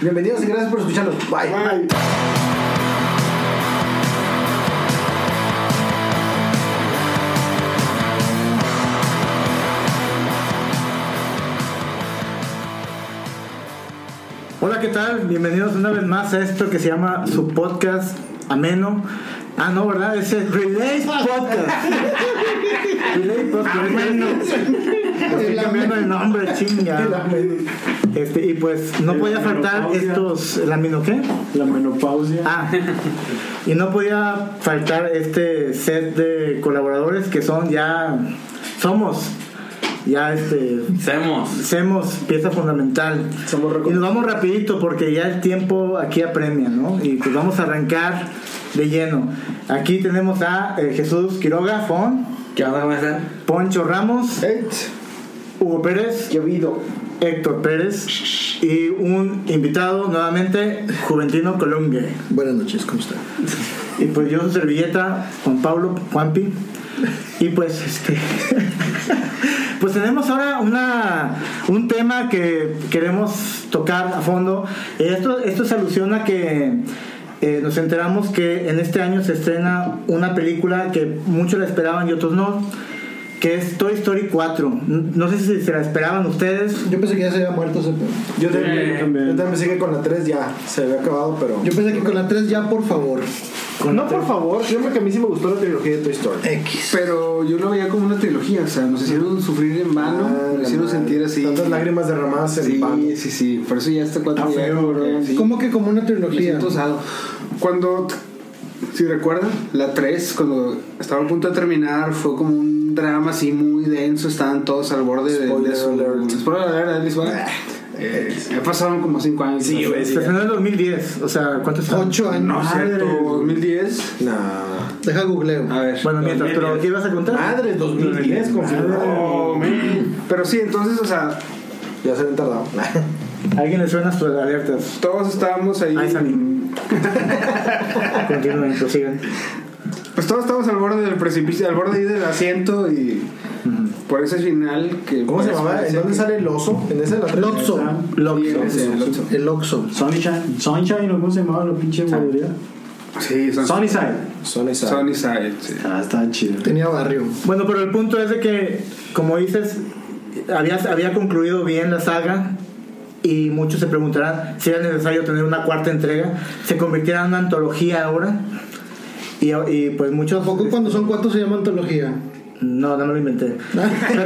Bienvenidos y gracias por escucharnos. Bye. Bye. Hola, ¿qué tal? Bienvenidos una vez más a esto que se llama su podcast ameno. Ah, no, ¿verdad? Ese es Relay Podcast. Relay Podcast. Estoy cambiando el nombre, chinga. Este, y pues no El podía faltar menopausia. estos. ¿La mino qué? La menopausia. Ah, y no podía faltar este set de colaboradores que son ya. Somos. Ya este. Semos. Semos pieza fundamental. Somos Y nos reconocidos. vamos rapidito porque ya el tiempo aquí apremia, ¿no? Y pues vamos a arrancar de lleno. Aquí tenemos a eh, Jesús Quiroga, Fon, ¿Qué onda? ¿Cómo están? Poncho Ramos, Ey, Hugo Pérez, ¿Qué ha habido? Héctor Pérez y un invitado nuevamente, Juventino Colungue. Buenas noches, ¿cómo están? Y pues yo su servilleta, Juan Pablo, Juanpi. Y pues este. Pues tenemos ahora una, un tema que queremos tocar a fondo. Eh, Esto, esto se alusiona que eh, nos enteramos que en este año se estrena una película que muchos la esperaban y otros no, que es Toy Story 4. No sé si se la esperaban ustedes. Yo pensé que ya se había muerto ese pedo. Yo también, Sí. yo también. Yo también sé que con la 3 ya se había acabado, pero. Yo pensé que con la 3 ya, por favor. no, por Eh, favor, créeme que a mí sí me gustó la trilogía de Toy Story. X. Pero yo lo veía como una trilogía, o sea, nos hicieron sufrir en Ah, vano, nos la hicieron madre. sentir así. Tantas lágrimas derramadas en el pan. Sí, sí, sí, por eso ya está cuatro Está ya, feo, bro. sí. ¿Cómo que como una Me trilogía? siento Pues, osado. Cuando, si recuerdan, la 3, cuando estaba a punto de terminar, fue como un drama así muy denso, estaban todos al borde de- de, Spoiler su... alert. Ah, Spoiler alert, Alice, ¿vale? Eh, ya pasaron como 5 años. Sí, güey. Se estrenó en 2010, o sea, ¿cuántos son? 8 No, años. es Madre, cierto, güey. 2010. Nah. Deja googleo. A ver. Bueno, mientras, pero ¿qué ibas a contar? Madre, 2010, confirmado. Pero sí, entonces, o sea, Ya se habían tardado. ¿A ¿Alguien le suena sus alertas? todos estábamos ahí. Ahí salí. Continúen, prosigan. Pues todos estamos al borde del precipicio, al borde ahí del asiento y por ese final que... ¿Cómo se parece- llama? ¿En parece dónde que- sale el oso? ¿En esa de la 3? Lotso. Sí, en ese, el Oxxo. El Oxxo. Sunshine, Sunshine, ¿o ¿cómo se llamaba la pinche guardería? Sí, son- Sunnyside. Son esa. Sony Side, sí. Ah, está chido. Tenía barrio. Bueno, pero el punto es de que, como dices, había, había concluido bien la saga y muchos se preguntarán si era necesario tener una cuarta entrega. Se convirtiera en una antología ahora. Y, y, pues muchos... Tampoco cuando son cuatro se llama antología. No, no me lo inventé. Pero, pero,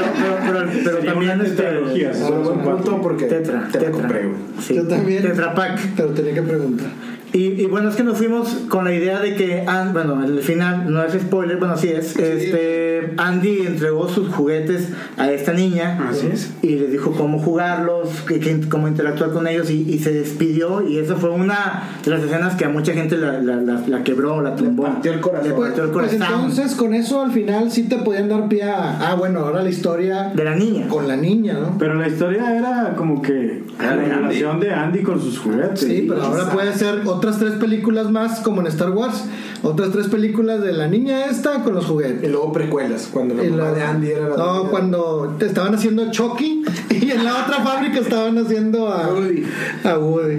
pero, pero Sería también... una este, tetralogía. Solo buen punto porque Tetra, te la tetra. compré, güey. Sí. Yo también. Tetra Pak. Pero tenía que preguntar. Y, y bueno, es que nos fuimos con la idea de que, An- bueno, el final no es spoiler, bueno, sí es. Este, Andy entregó sus juguetes a esta niña Así es. y le dijo cómo jugarlos, qué- qué- cómo interactuar con ellos y, y se despidió. Y esa fue una de las escenas que a mucha gente la, la, la- la quebró, la tumbó. Le partió el corazón. Pues, partió el pues corazón entonces con eso al final sí te podían dar pie a. Ah, bueno, ahora la historia de la niña. con la niña, ¿no? Pero la historia era como que Era la de Andy. relación de Andy con sus juguetes. Sí, pero ahora puede ser otras tres películas más como en Star Wars. Otras tres películas de la niña esta con los Y juguetes. luego precuelas, cuando la Y mamá la- de Andy era la no, cuando te estaban haciendo Chucky y en la otra fábrica estaban haciendo a Woody. A Woody.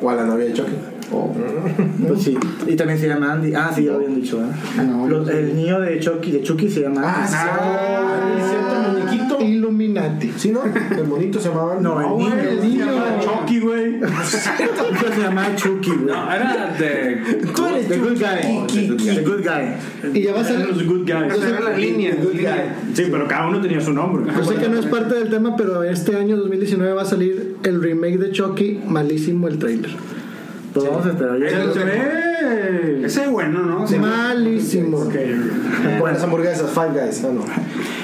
O a la novia de Chucky. Pues sí. Y también se llama Andy. Ah, sí, ya lo habían dicho. ¿verdad? No, Los- el niño de Chucky, de Chucky se llama Andy. Ah, sí, cierto, muñequito. Illuminati. Sí, ¿no? El monito se llamaba. No, el niño. El niño era Chucky, güey. se llama Chucky, güey. No, era de. Tú eres The Good Guy. The Good Guy. Y ya va a Eran ser. los good guys. Esa era la línea. la línea. Sí, pero cada uno tenía su nombre. Yo sé que no es parte del tema, pero este año 2019 va a salir el remake de Chucky. Malísimo el trailer. Pues vamos a esperar. Yo- Pero se ve. Ese es bueno, ¿no? Sí. Malísimo. Con las hamburguesas, Five Guys. Ah, no.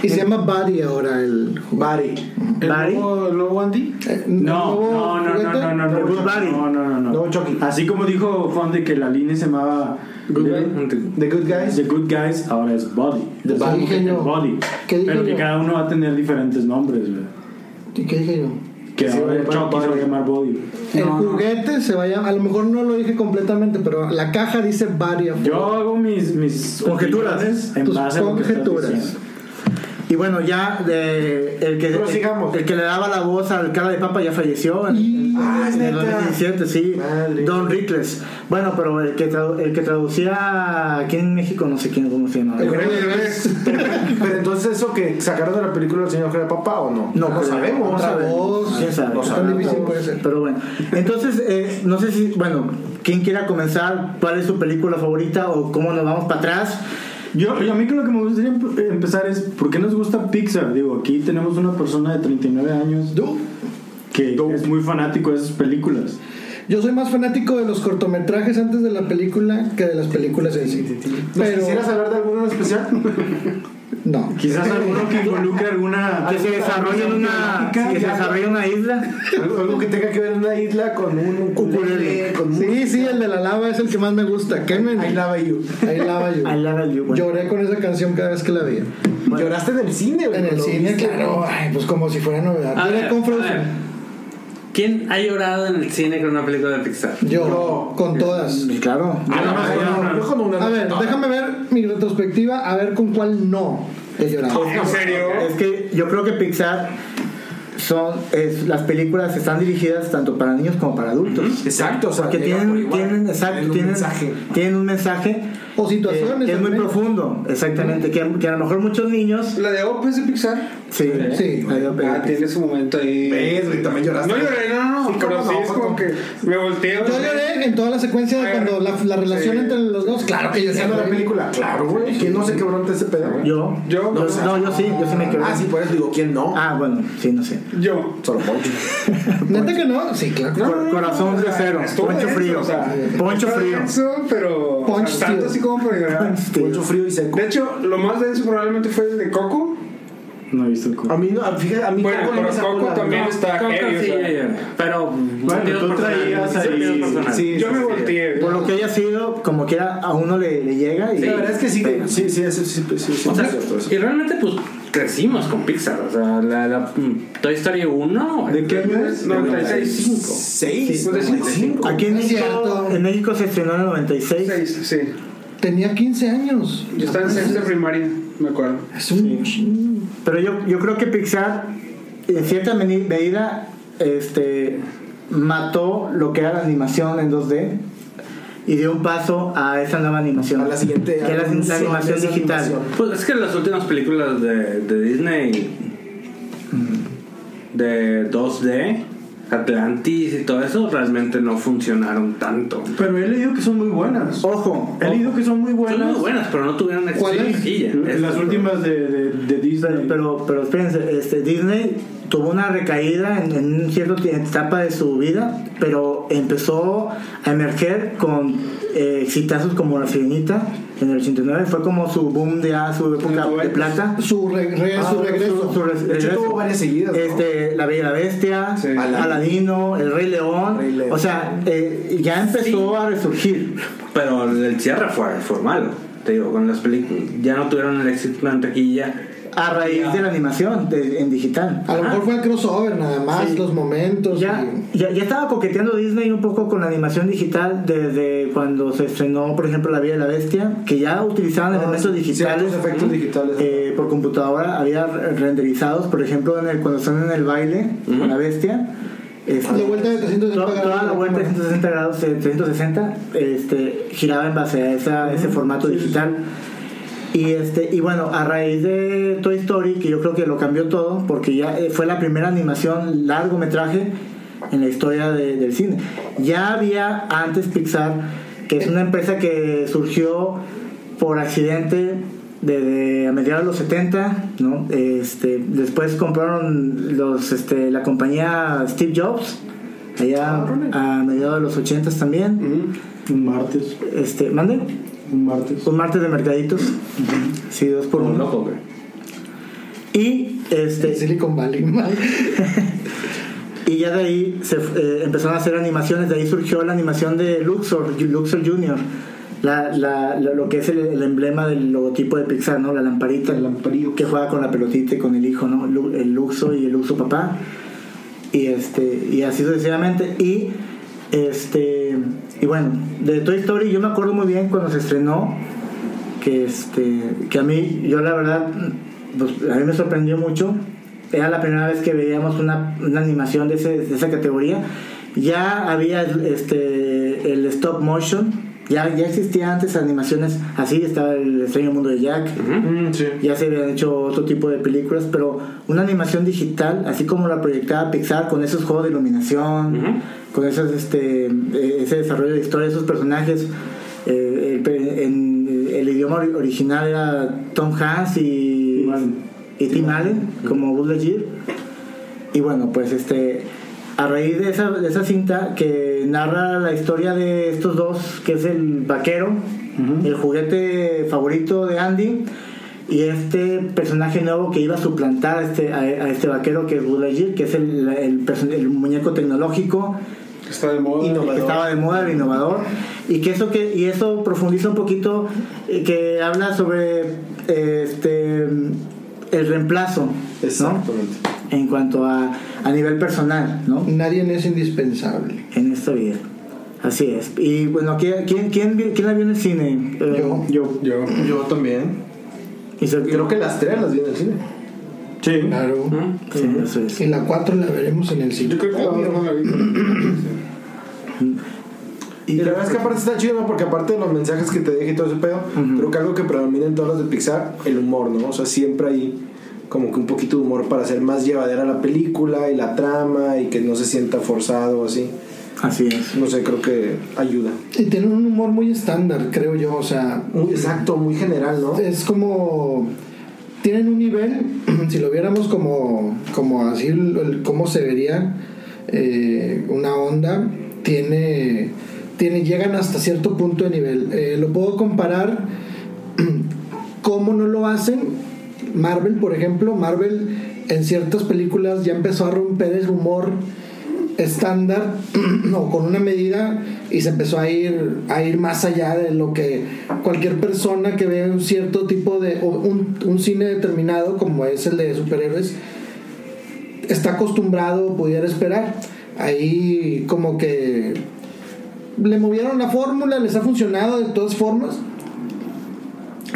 Y se llama Buddy ahora el. Bari. ¿El Barry. nuevo, el nuevo Andy? eh, No, nuevo no, no, no, juguete. no, no, no, Good Buddy. no, no, no, no. No, Chucky. Así como dijo Juan de que la línea se llamaba The Good Guys. The Good Guys, ahora es Body. The Body. Dije yo. Body. ¿Qué dije Pero que yo? cada uno va a tener diferentes nombres, güey. ¿Y qué dije yo? Que Sí, va ahora a el llamar Chucky se va a Body. llamar Body. güey. El No, no. juguete se va a llamar. A lo mejor no lo dije completamente, pero la caja dice Buddy. afuera. Yo hago mis, mis Conjeturas. opiniones en Tus base a lo que estás conjeturas. diciendo. Y bueno, ya eh, el, que, Prosigamos. el, que le daba la voz al cara de papa ya falleció en, en- Ah, es en el neta. 2017, sí. Madre. Don Rickles. Bueno, pero el que, tradu- el que traducía aquí en México, no sé quién, cómo se llamaba. El güey de Derbez. Pero entonces, ¿eso que sacaron de la película del señor Jara Papa o no? No, lo creo. sabemos. Otra sabemos. voz. ¿Quién sabe? No Tan sabemos. difícil puede ser. Pero bueno, entonces, eh, no sé si, bueno, ¿quién quiera comenzar? ¿Cuál es su película favorita o cómo nos vamos para atrás? Yo, yo a mí que lo que me gustaría emp- eh, empezar es ¿por qué nos gusta Pixar? Digo, aquí tenemos una persona de 39 años Yo- que es muy fanático de esas películas. Yo soy más fanático de los cortometrajes antes de la película que de las películas en sí. ¿Nos Pero quisieras hablar de alguno en especial? no. Quizás alguno que involucre alguna Que se desarrolle en una, que se desarrolle en una isla. Algo algo que tenga que ver en una isla con un ukulele, con un... Sí, sí, el de la lava es el que más me gusta. Quemen. I love you. Ahí lava yo. I love you, bueno. Lloré con esa canción cada vez que la veía. Lloraste en el cine, güey. En el Lo cine, viste. claro. Ay, pues como si fuera novedad. A Lloré ver, con Frozen. a ver. ¿Quién ha llorado en el cine con una película de Pixar? Yo, Yo. con todas. Pues claro. Ah, no, Ah, no, no. yo con una- A ver, no. déjame ver mi retrospectiva, a ver con cuál no he llorado. ¿En serio? Es que yo creo que Pixar son es- las películas están dirigidas tanto para niños como para adultos. Exacto, o sea, Porque llega por tienen, igual. tienen, exacto, un tienen, mensaje. tienen un mensaje O eh, situaciones. que es al muy menos. profundo, exactamente, que, que a lo mejor muchos niños La de Op es de Pixar. sí, Sí. ahí va a pegar. Ah, tiene su momento ahí. Ves, güey, también lloraste. No lloré, no, no, no. Sí, pero cómo sí no, es cómo como no. que me volteo. Yo lloré en toda la secuencia de cuando la, la relación Sí. entre los dos. Claro que yo sí. Empezando la güey. película, claro, güey. ¿Quién no se quebró ante ese pedo? güey? Yo, Yo, no, o sea, no, yo sí, yo sí me quedo. Ah, sí, por eso digo, ¿quién no? Ah, bueno, sí, no sé. Yo. Solo Poncho. Neta que no, sí, claro. que no. No, Cor- no, no, corazón o sea, de acero, estuvo poncho denso, frío, o sea, poncho está frío. denso, pero Poncho, o sea, tanto tío. así como para llorar. Poncho frío y seco. De hecho, lo más denso probablemente fue el de Coco. No he visto el A culo. mí no, a- fíjate, a mí Bueno, Coco no pero me sacó Coco la- también está Coco heavy, o sí, sea. yo lloré. Pero Bueno, tú traías ahí- sí, Yo sí, me sí. volteé. Por lo que haya sido, como quiera, a uno le, le llega y La verdad es que sí, que- sí, sí, sí, sí, sí, sí, sí, O sea, es cierto eso. y realmente pues crecimos con Pixar, o sea, la, la mm, Toy Story 1. ¿De qué año es? 96.5. Seis, Sí, noventa y cinco. aquí en Es México, cierto. en México se estrenó en el 96. Seis, sí. Tenía 15 años. Yo estaba en sexta primaria, me acuerdo. Es un chingo. Pero yo, yo creo que Pixar, en cierta meni- medida, este, mató lo que era la animación en 2D y dio un paso a esa nueva animación. A la siguiente- Que era la, la a la animación esa digital. animación. Pues es que las últimas películas de, de Disney de 2D, Atlantis y todo eso realmente no funcionaron tanto. Pero he leído que son muy buenas. Ojo, Oh, He leído que son muy buenas. Son muy buenas, pero no tuvieron éxito. ¿Cuáles? Sí, L- es- Las últimas de, de, de pero, Disney. pero, pero espérense, este, Disney tuvo una recaída en, en cierta etapa de su vida, pero empezó a emerger con eh, exitazos como La Sirenita en el 89. Fue como su boom de, ah, su época de plata. Su, re- re- Ah, su regreso. su- su re- De hecho, regreso. tuvo varias seguidas. ¿no? Este, La Bella y la Bestia, Sí. Aladino, El Rey León. Rey León. O sea, eh, ya empezó a resurgir. Pero el cierre fue, fue malo, te digo, con las películas. Ya no tuvieron el éxito en taquilla. A raíz de la animación de- en digital. A lo mejor fue el crossover nada más, Sí. los momentos. Ya, y- ya, ya estaba coqueteando Disney un poco con la animación digital desde cuando se estrenó, por ejemplo, La Bella y la Bestia, que ya utilizaban elementos digitales. Ah, Ciertos efectos digitales. eh, por computadora había re- renderizados, por ejemplo, en el, cuando están en el baile con la bestia. Ah, este, La vuelta de 360 toda- grados. Toda la vuelta de 360 grados, eh, 360, este, giraba en base a esa- ese formato digital. Y, este, y bueno, a raíz de Toy Story, que yo creo que lo cambió todo, porque ya eh, fue la primera animación largometraje en la historia de- del cine. Ya había antes Pixar, que es una empresa que surgió por accidente desde a mediados de los 70, ¿no? Este, después compraron los, este, la compañía Steve Jobs, allá a mediados de los 80 también. Un martes. Este, ¿Mande? Un martes. Un martes de mercaditos. Sí, dos por Un uno. loco, güey. Y este Silicon Valley. y ya de ahí se eh, empezaron a hacer animaciones, de ahí surgió la animación de Luxor, Luxor Junior, la, la- la- lo que es el, el emblema del logotipo de Pixar, ¿no? La lamparita, El lamparillo. que juega con la pelotita y con el hijo, ¿no? Lu- El Luxo y el Luxo papá. Y este y así sucesivamente y este y bueno, de Toy Story yo me acuerdo muy bien cuando se estrenó que este que a mí yo la verdad pues, a mí me sorprendió mucho. Era la primera vez que veíamos una, una animación de, ese- de esa categoría. Ya había este, el stop motion. Ya, ya existía antes animaciones así, estaba el extraño mundo de Jack, Mm, sí. ya se habían hecho otro tipo de películas, pero una animación digital, así como la proyectaba Pixar, con esos juegos de iluminación, Ujú. con esos, este, eh, ese desarrollo de historia, esos personajes, eh, el, pe- en- el idioma ori- original era Tom Hanks y, Tim Allen. y Tim Allen, como Buzz Lightyear. Y bueno, pues este, a raíz de esa, de esa cinta que narra la historia de estos dos, que es el vaquero, el juguete favorito de Andy, y este personaje nuevo que iba a suplantar a este, a, a este vaquero que es Buzz Lightyear, que es el, el person- el muñeco tecnológico Está de moda. que estaba de moda, el innovador, y que eso que y eso profundiza un poquito eh, que habla sobre eh, este el reemplazo, ¿no? Exactamente. En cuanto a, a nivel personal, ¿no? Nadie es indispensable. En esta vida. Así es. Y bueno, ¿quién, quién, quién, vi- quién la vio en el cine? Eh, Yo. Yo. Yo. Yo también. y se- Creo que las tres las vi en el cine. Sí. Claro. Sí, eso es. Y la 4 la veremos en el Yo sitio. creo que la otra no la vi. Y la verdad es que aparte está chido, ¿no? Porque aparte de los mensajes que te deja y todo ese pedo, creo que algo que predomina en todas las de Pixar, el humor, ¿no? O sea, siempre hay como que un poquito de humor para hacer más llevadera la película y la trama y que no se sienta forzado o así. Así es. No sé, creo que ayuda. Y tiene un humor muy estándar, creo yo. O sea, Muy exacto, muy general, ¿no? es como tienen un nivel si lo viéramos como como así el- el- cómo se vería eh, una onda tiene tiene llegan hasta cierto punto de nivel Eh, lo puedo comparar cómo no lo hacen Marvel por ejemplo Marvel en ciertas películas ya empezó a romper el humor estándar o con una medida y se empezó a ir a ir más allá de lo que cualquier persona que ve un cierto tipo de o un, un cine determinado como es el de superhéroes está acostumbrado o pudiera esperar ahí como que le movieron la fórmula les ha funcionado de todas formas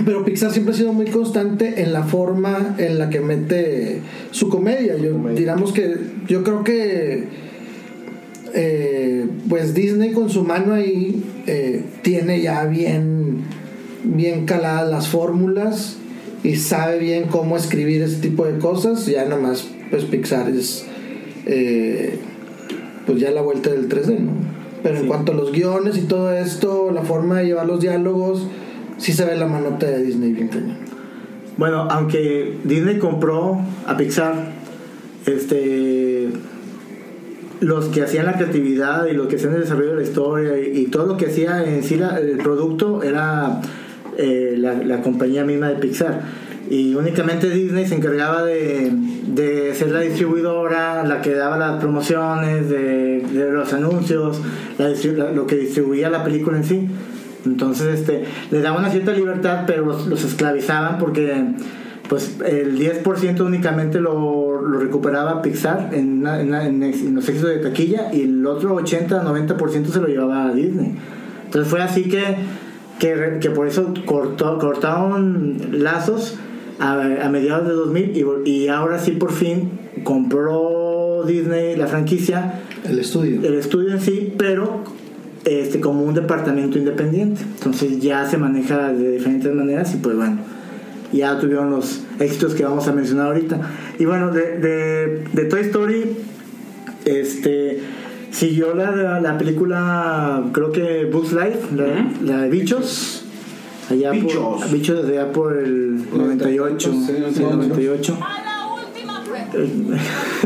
pero Pixar siempre ha sido muy constante en la forma en la que mete su comedia. Yo, Comedia. digamos que yo creo que eh, pues Disney con su mano ahí eh, tiene ya bien bien caladas las fórmulas y sabe bien cómo escribir ese tipo de cosas. Ya nomás pues Pixar es eh, pues ya la vuelta del 3D, ¿no? Pero en cuanto a los guiones y todo esto, la forma de llevar los diálogos, sí se ve la manota de Disney bien cañón. Bueno, aunque Disney compró a Pixar, este, los que hacían la creatividad y los que hacían el desarrollo de la historia y, y todo lo que hacía en sí la- el producto era eh, la, la compañía misma de Pixar. Y únicamente Disney se encargaba de, de ser la distribuidora, la que daba las promociones, de, de los anuncios, la distri- la- lo que distribuía la película en sí. Entonces, este, les daba una cierta libertad, pero los, los esclavizaban porque pues el 10% únicamente lo, lo recuperaba Pixar en, una- en una- en ex- en los éxitos de taquilla y el otro 80-90% se lo llevaba a Disney. Entonces fue así que, que, re- que por eso cortó, cortaron lazos a, a mediados de 2000 y, vol- y ahora sí por fin compró Disney la franquicia El estudio. el estudio en sí, pero este, como un departamento independiente. Entonces ya se maneja de diferentes maneras y pues bueno, ya tuvieron los éxitos que vamos a mencionar ahorita. Y bueno, de, de, de Toy Story, este, siguió la, la película, creo que Books Life, la, la de Bichos. Allá Por, Bichos. Bichos desde allá por el 98. Sí, sí, 98. A la última fue.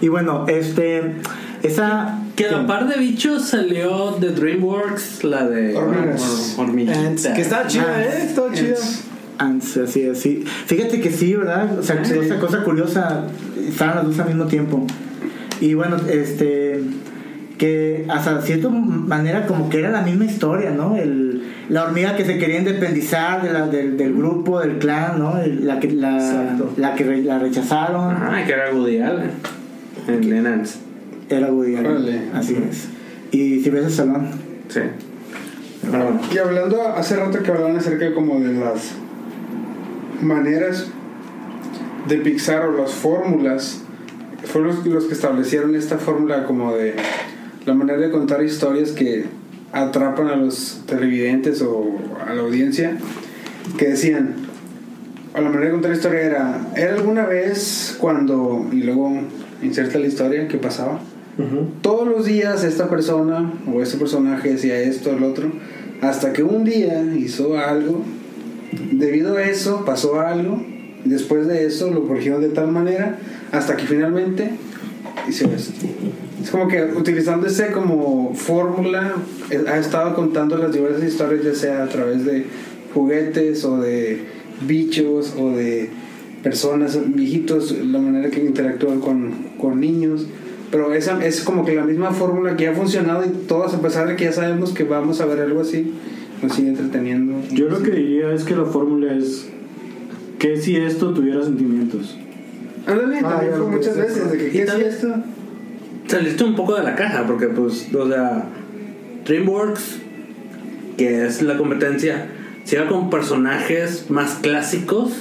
y bueno, este, esa... Que a la par de bichos salió de DreamWorks, la de Hormigas. Hor- hormiguitas. Que está chida, Ah, ¿eh? Está chida. Ants, así, así. Fíjate que sí, ¿verdad? O sea, cosa, cosa curiosa, estaban las dos al mismo tiempo. Y bueno, este, que hasta cierta manera como que era la misma historia, ¿no? El, la hormiga que se quería independizar de la- del, del grupo, del clan, ¿no? El- la que, la, Exacto. la que re- la rechazaron Ajá, Ah, que era Woody Allen. En en Ants. era Woody Allen. Órale. Así es. Y si ves el salón. Sí. Pero bueno. Y hablando hace rato que hablaban acerca como de las maneras de Pixar o las fórmulas fueron los, los que establecieron esta fórmula como de la manera de contar historias que atrapan a los televidentes o a la audiencia que decían a la manera de contar la historia era era alguna vez cuando y luego inserta la historia que pasaba todos los días esta persona o este personaje decía esto el otro hasta que un día hizo algo debido a eso pasó algo después de eso lo corrigieron de tal manera hasta que finalmente hizo esto es como que utilizando ese como fórmula eh, ha estado contando las diversas historias ya sea a través de juguetes o de bichos o de personas viejitos la manera que interactúan con, con niños pero esa es como que la misma fórmula que ya ha funcionado y todas a pesar de que ya sabemos que vamos a ver algo así nos sigue entreteniendo Yo lo que diría es que la fórmula es que si esto tuviera sentimientos. Ándale, también Ah, ya fue lo muchas pensé. veces de que Y ¿qué es también- esto? Saliste un poco de la caja, porque pues, o sea, DreamWorks, que es la competencia, se iba con personajes más clásicos.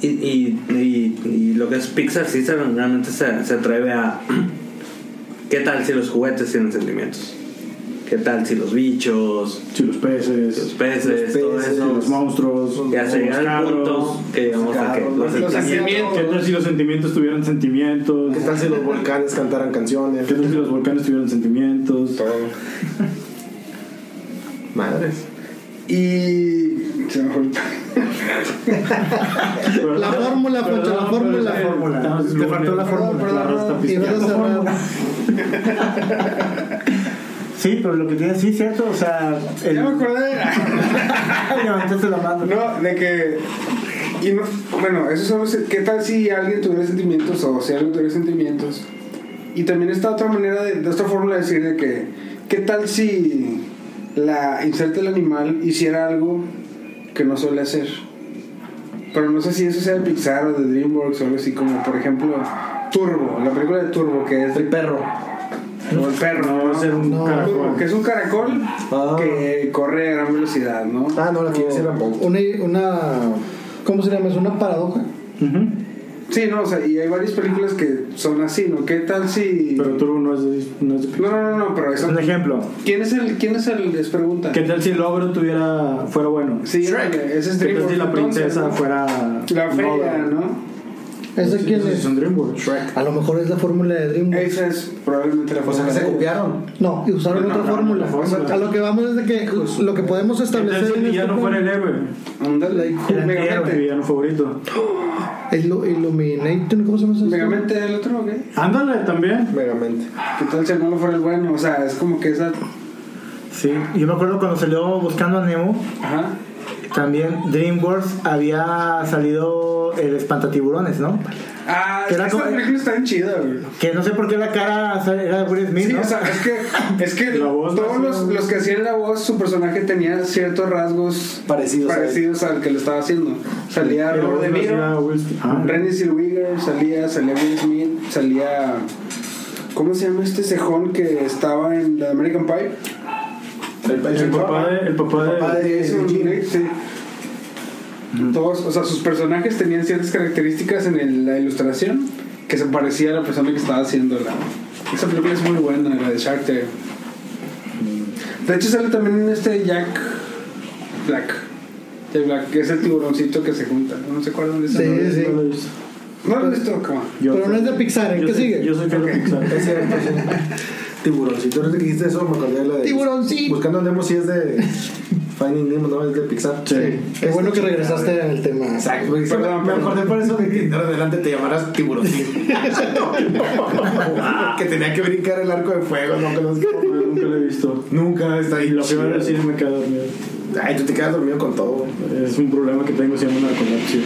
Y, y, y- y lo que es Pixar sí se- realmente se, se atreve a... ¿Qué tal si los juguetes tienen sentimientos? ¿Qué tal si los bichos, Si los peces, los peces, todo peces, eso? los monstruos, Y hasta los llegar al carros. punto que llegamos a que carros, los los sentimientos- ¿Qué tal si los sentimientos tuvieran sentimientos? ¿Qué tal si los volcanes cantaran canciones? ¿Qué tal si los volcanes tuvieran sentimientos? Madres. y se me fue el- Pero- La fórmula, Perdón, Poncho, la pero fórmula. es que fórmula. estamos Te lunes. faltó la fórmula. Perdón, perdón, La perdón. Y vas a La cerrar. fórmula. Sí, pero lo que tienes, sí, cierto, o sea, el, ya me acordé levantaste la mano. No, de que. Y no, bueno, eso son los- ¿Qué tal si alguien tuviera sentimientos o si alguien tuviera sentimientos? Y también está otra manera de, de otra fórmula de decir de que. ¿Qué tal si la inserta el animal hiciera algo que no suele hacer? Pero no sé si eso sea de Pixar o de DreamWorks o algo así, como por ejemplo Turbo, la película de Turbo, que es de El perro. o el perro. No, va a ser un No, caracol. Turbo, que es un caracol Ah. que corre a gran velocidad, ¿no? Ah, no, la que yo decía era Bolt. Una, una. ¿Cómo se llama? Es una paradoja. Ujú. Sí, no, o sea, y hay varias películas que son así, ¿no? ¿Qué tal si.? Pero Turbo no es de- no es de No, no, no, no, pero Es eso. un ejemplo. ¿Quién es el.? ¿Quién es el.? Les pregunta. ¿Qué tal si el ogro tuviera, fuera bueno? Sí, ese es ¿Qué tal DreamWorks, si la princesa entonces, fuera ¿no? La un feria, ogro? ¿no? ¿Esa quién Sí, es? son DreamWorks. A lo mejor es la fórmula de DreamWorks. Esa es probablemente la O sea, cosa que se copiaron. No, y usaron No, no, otra no, no, fórmula. no, no, no. A lo que vamos es de que lo que podemos ¿Qué tal establecer. en si el este villano fuera el punto- héroe? Ándale, Era Mi Megamente. villano favorito. Ilu- Illuminating, ¿cómo se llama eso? Megamente el otro, ¿o qué? Ándale también. Megamente. ¿Qué tal si el malo fuera el bueno? O sea, es como que esa. Sí, yo me acuerdo cuando salió Buscando a Nemo, Ajá. también DreamWorks había salido el espantatiburones, ¿no? Ah, Que era esta como- película está bien chida, güey. Que no sé por qué la cara o sea, era de Will Smith, Sí, ¿no? o sea, es que, es que La voz todos no los, hacía- los que hacían la voz, su personaje tenía ciertos rasgos Parecidos a él. parecidos al que lo estaba haciendo. Salía Pero Robert De lo hacía Niro, Will Smith. Ah. Renny Zellweger, salía, salía Will Smith, salía... ¿Cómo se llama este cejón que estaba en la American Pie? El, El papá de... El papá papá de... de- Es un- Jim. sí. Todos, o sea, sus personajes tenían ciertas características en el- la ilustración que se parecía a la persona que estaba haciendo la... Esa película es muy buena, la de Shark Tale. De hecho sale también este Jack Black. Jack Black, que es el tiburoncito que se junta. ¿No se acuerdan de eso? Sí, sí. No lo he visto. No lo he visto, come on. Yo Pero soy- no es de Pixar, ¿eh? yo ¿Qué soy- sigue? Yo soy fan de Pixar. Es cierto, sí. Tiburón. Si tú eres de que dijiste eso, me acordé de la de. Tiburoncito. Buscando a Nemo, sí es de. Finding Nemo, no es de Pixar. Sí. Qué bueno que regresaste al tema. Exacto, porque se me- Perdón, me perdón. acordé por eso de que de ahora en adelante te llamarás tiburoncín. que tenía que brincar el arco de fuego, no conozco. No, Nunca lo he visto. Nunca está ahí. Lo que voy chido. a decir me queda dormido. Ay, tú te quedas dormido con todo. Es un problema que tengo, se llama narcolepsia.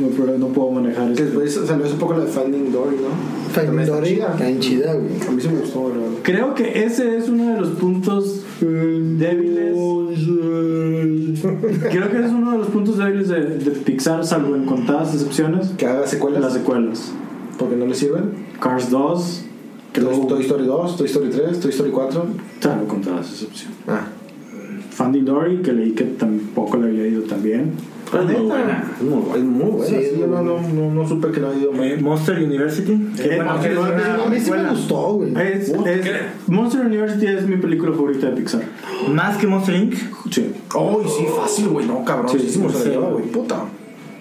No, pero no puedo manejar Que eso. Después salió hace poco la de Finding Dory, ¿no? También Finding está Dory, chida. tan chida, güey. A mí sí me gustó, la verdad. Creo que ese es uno de los puntos débiles. Mm. Creo que es uno de los puntos débiles de, de Pixar, salvo en contadas excepciones. Que haga secuelas. Las secuelas. Porque no le sirven. Cars 2, Que creo. Toy Story 2, Toy Story 3, Toy Story 4. Salvo contadas excepciones. Ah. Finding Dory, que leí que tampoco le había ido tan bien. A Es muy Ah, buena. es muy buena. Es muy buena. Sí, sí, yo no, no, no, no supe que la había ido mal. Eh, Monster University. Eh, bueno, Monster es University. una A mí sí me secuela. gustó, güey. Es, Uh, es- ¿qué? Monster University es mi película favorita de Pixar. Más que Monster Inc. Sí. Ay, sí, fácil, güey. No, cabrón. Sí, Sí, sí, sí. güey. Puta.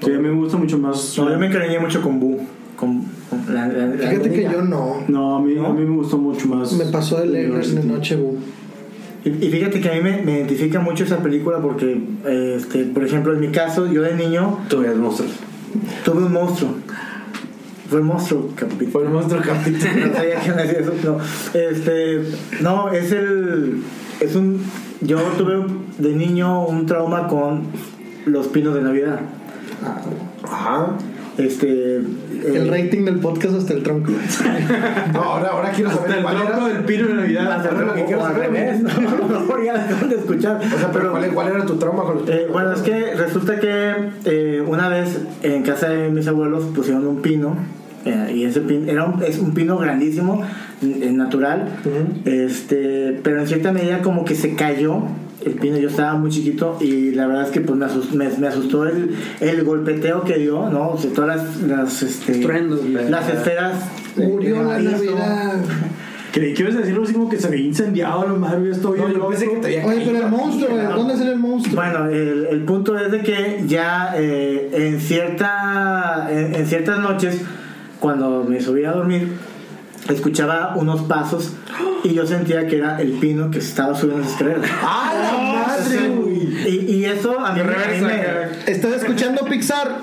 Sí, a mí me gusta mucho más. No, yo me encariñé mucho con Boo. Con, con la, la- la Fíjate que niña. yo no. No, a mí, a mí me gustó mucho más. Me pasó de leer University. de noche, güey. Y, y fíjate que a mí me, me identifica mucho esa película porque, eh, este, por ejemplo, en mi caso, yo de niño Tú eres monstruos. tuve un monstruo. Fue el monstruo, capitán. Fue el monstruo capítulo. no sabía que iban a decir eso, no. Este, no, es el. Es un. Yo tuve de niño un trauma con los pinos de Navidad. Ajá. Este. El eh, rating del podcast hasta el tronco. No, ahora, ahora quiero saber cuál era. del pino de Navidad. hasta luego, lo que quiero o al saber, revés, no, a lo mejor ya dejaron de escuchar. O sea, pero ¿cuál, cuál era tu trauma con los Eh, bueno, es que resulta que eh, una vez en casa de mis abuelos pusieron un pino. eh, y ese pino era un, es un pino grandísimo, n- eh, natural. este, pero en cierta medida como que se cayó el pino. Yo estaba muy chiquito y la verdad es que pues, me, asus- me- me asustó el, el golpeteo que dio, ¿no? O sea, todas las, las, este, Estruendos, güey. las esferas. eh, Murió la Hizo- Navidad. Creí que ibas a decirlo así como que se había incendiado, lo más estoy No, yo pensé que te había Oye, pero el caído. monstruo, güey. ¿Dónde sale el monstruo? Bueno, el, el punto es de que ya eh, en, cierta, en, en ciertas noches, cuando me subía a dormir, escuchaba unos pasos y yo sentía que era el pino que se estaba subiendo las escaleras. ¡Ah, la madre, güey! Y, y eso a mí, me- a mí me... Estás escuchando Pixar.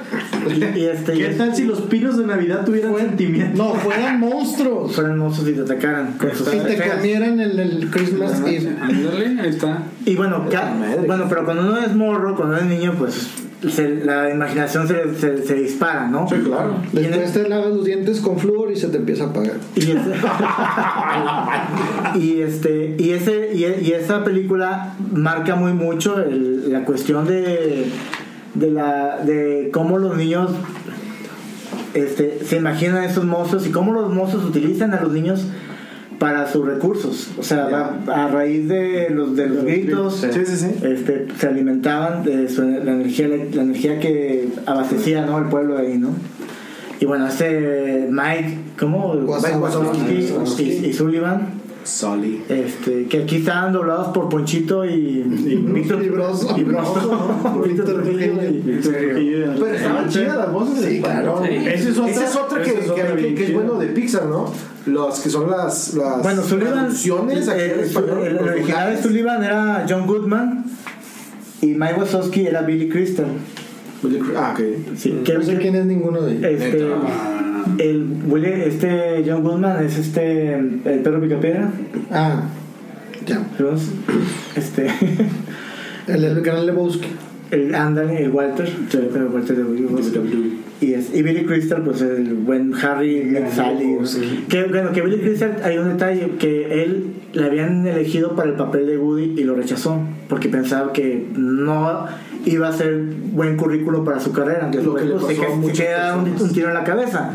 Y, y este, ¿Qué tal si los pinos de Navidad tuvieran sentimientos? No, fueran monstruos. fueron monstruos y te atacaran con sus Y te esferas. comieran el, el Christmas Eve. Ándale, ahí está. Y bueno, ca- madre. bueno, pero cuando uno es morro, cuando uno es niño, pues se- la imaginación se, se- se dispara, ¿no? Sí, claro. Y en Después te lavas los dientes con flúor y se te empieza a apagar. Y este, y, este- y ese y, e- y esa película marca muy mucho el- la cuestión de de la de cómo los niños este, se imaginan esos monstruos y cómo los monstruos utilizan a los niños para sus recursos, o sea, a, a raíz de los de los gritos, Sí, sí, sí. este, se alimentaban de su- la energía la, energía que abastecía ¿no? el pueblo de ahí no y bueno este Mike cómo Wazowski. Mike Wazowski y, y Sullivan Soli. este, que aquí estaban doblados por Ponchito y, y Víctor Y Broso. y Broso. Víctor Víctor Trujillo Trujillo. y- Pero estaban chidas las voces de Sí, español. claro. Sí. Esa es otra, Esa es otra que, que- que- que- bien que es chida. bueno de Pixar, ¿no? Las que son las, las bueno Sullivan traducciones aquí en eh, su- español. el, el los original de doblajes. Sullivan era John Goodman y Mike Wazowski era Billy Crystal Ah, ok. sí, que- No sé quién es ninguno de Eh. ellos. Este, el William- este John Goodman es este el perro picapiedra, Ah, ya. los- este El, el canal de Bosque. el ándale, el Walter, el Walter de y, es, y Billy Crystal pues el buen Harry el Sally, ¿no? que bueno que Billy Crystal hay un detalle que él le habían elegido para el papel de Woody y lo rechazó porque pensaba que no iba a ser buen currículo para su carrera, entonces Lo que le pues, se pasó a que- se muchas queda un, personas. un tiro en la cabeza,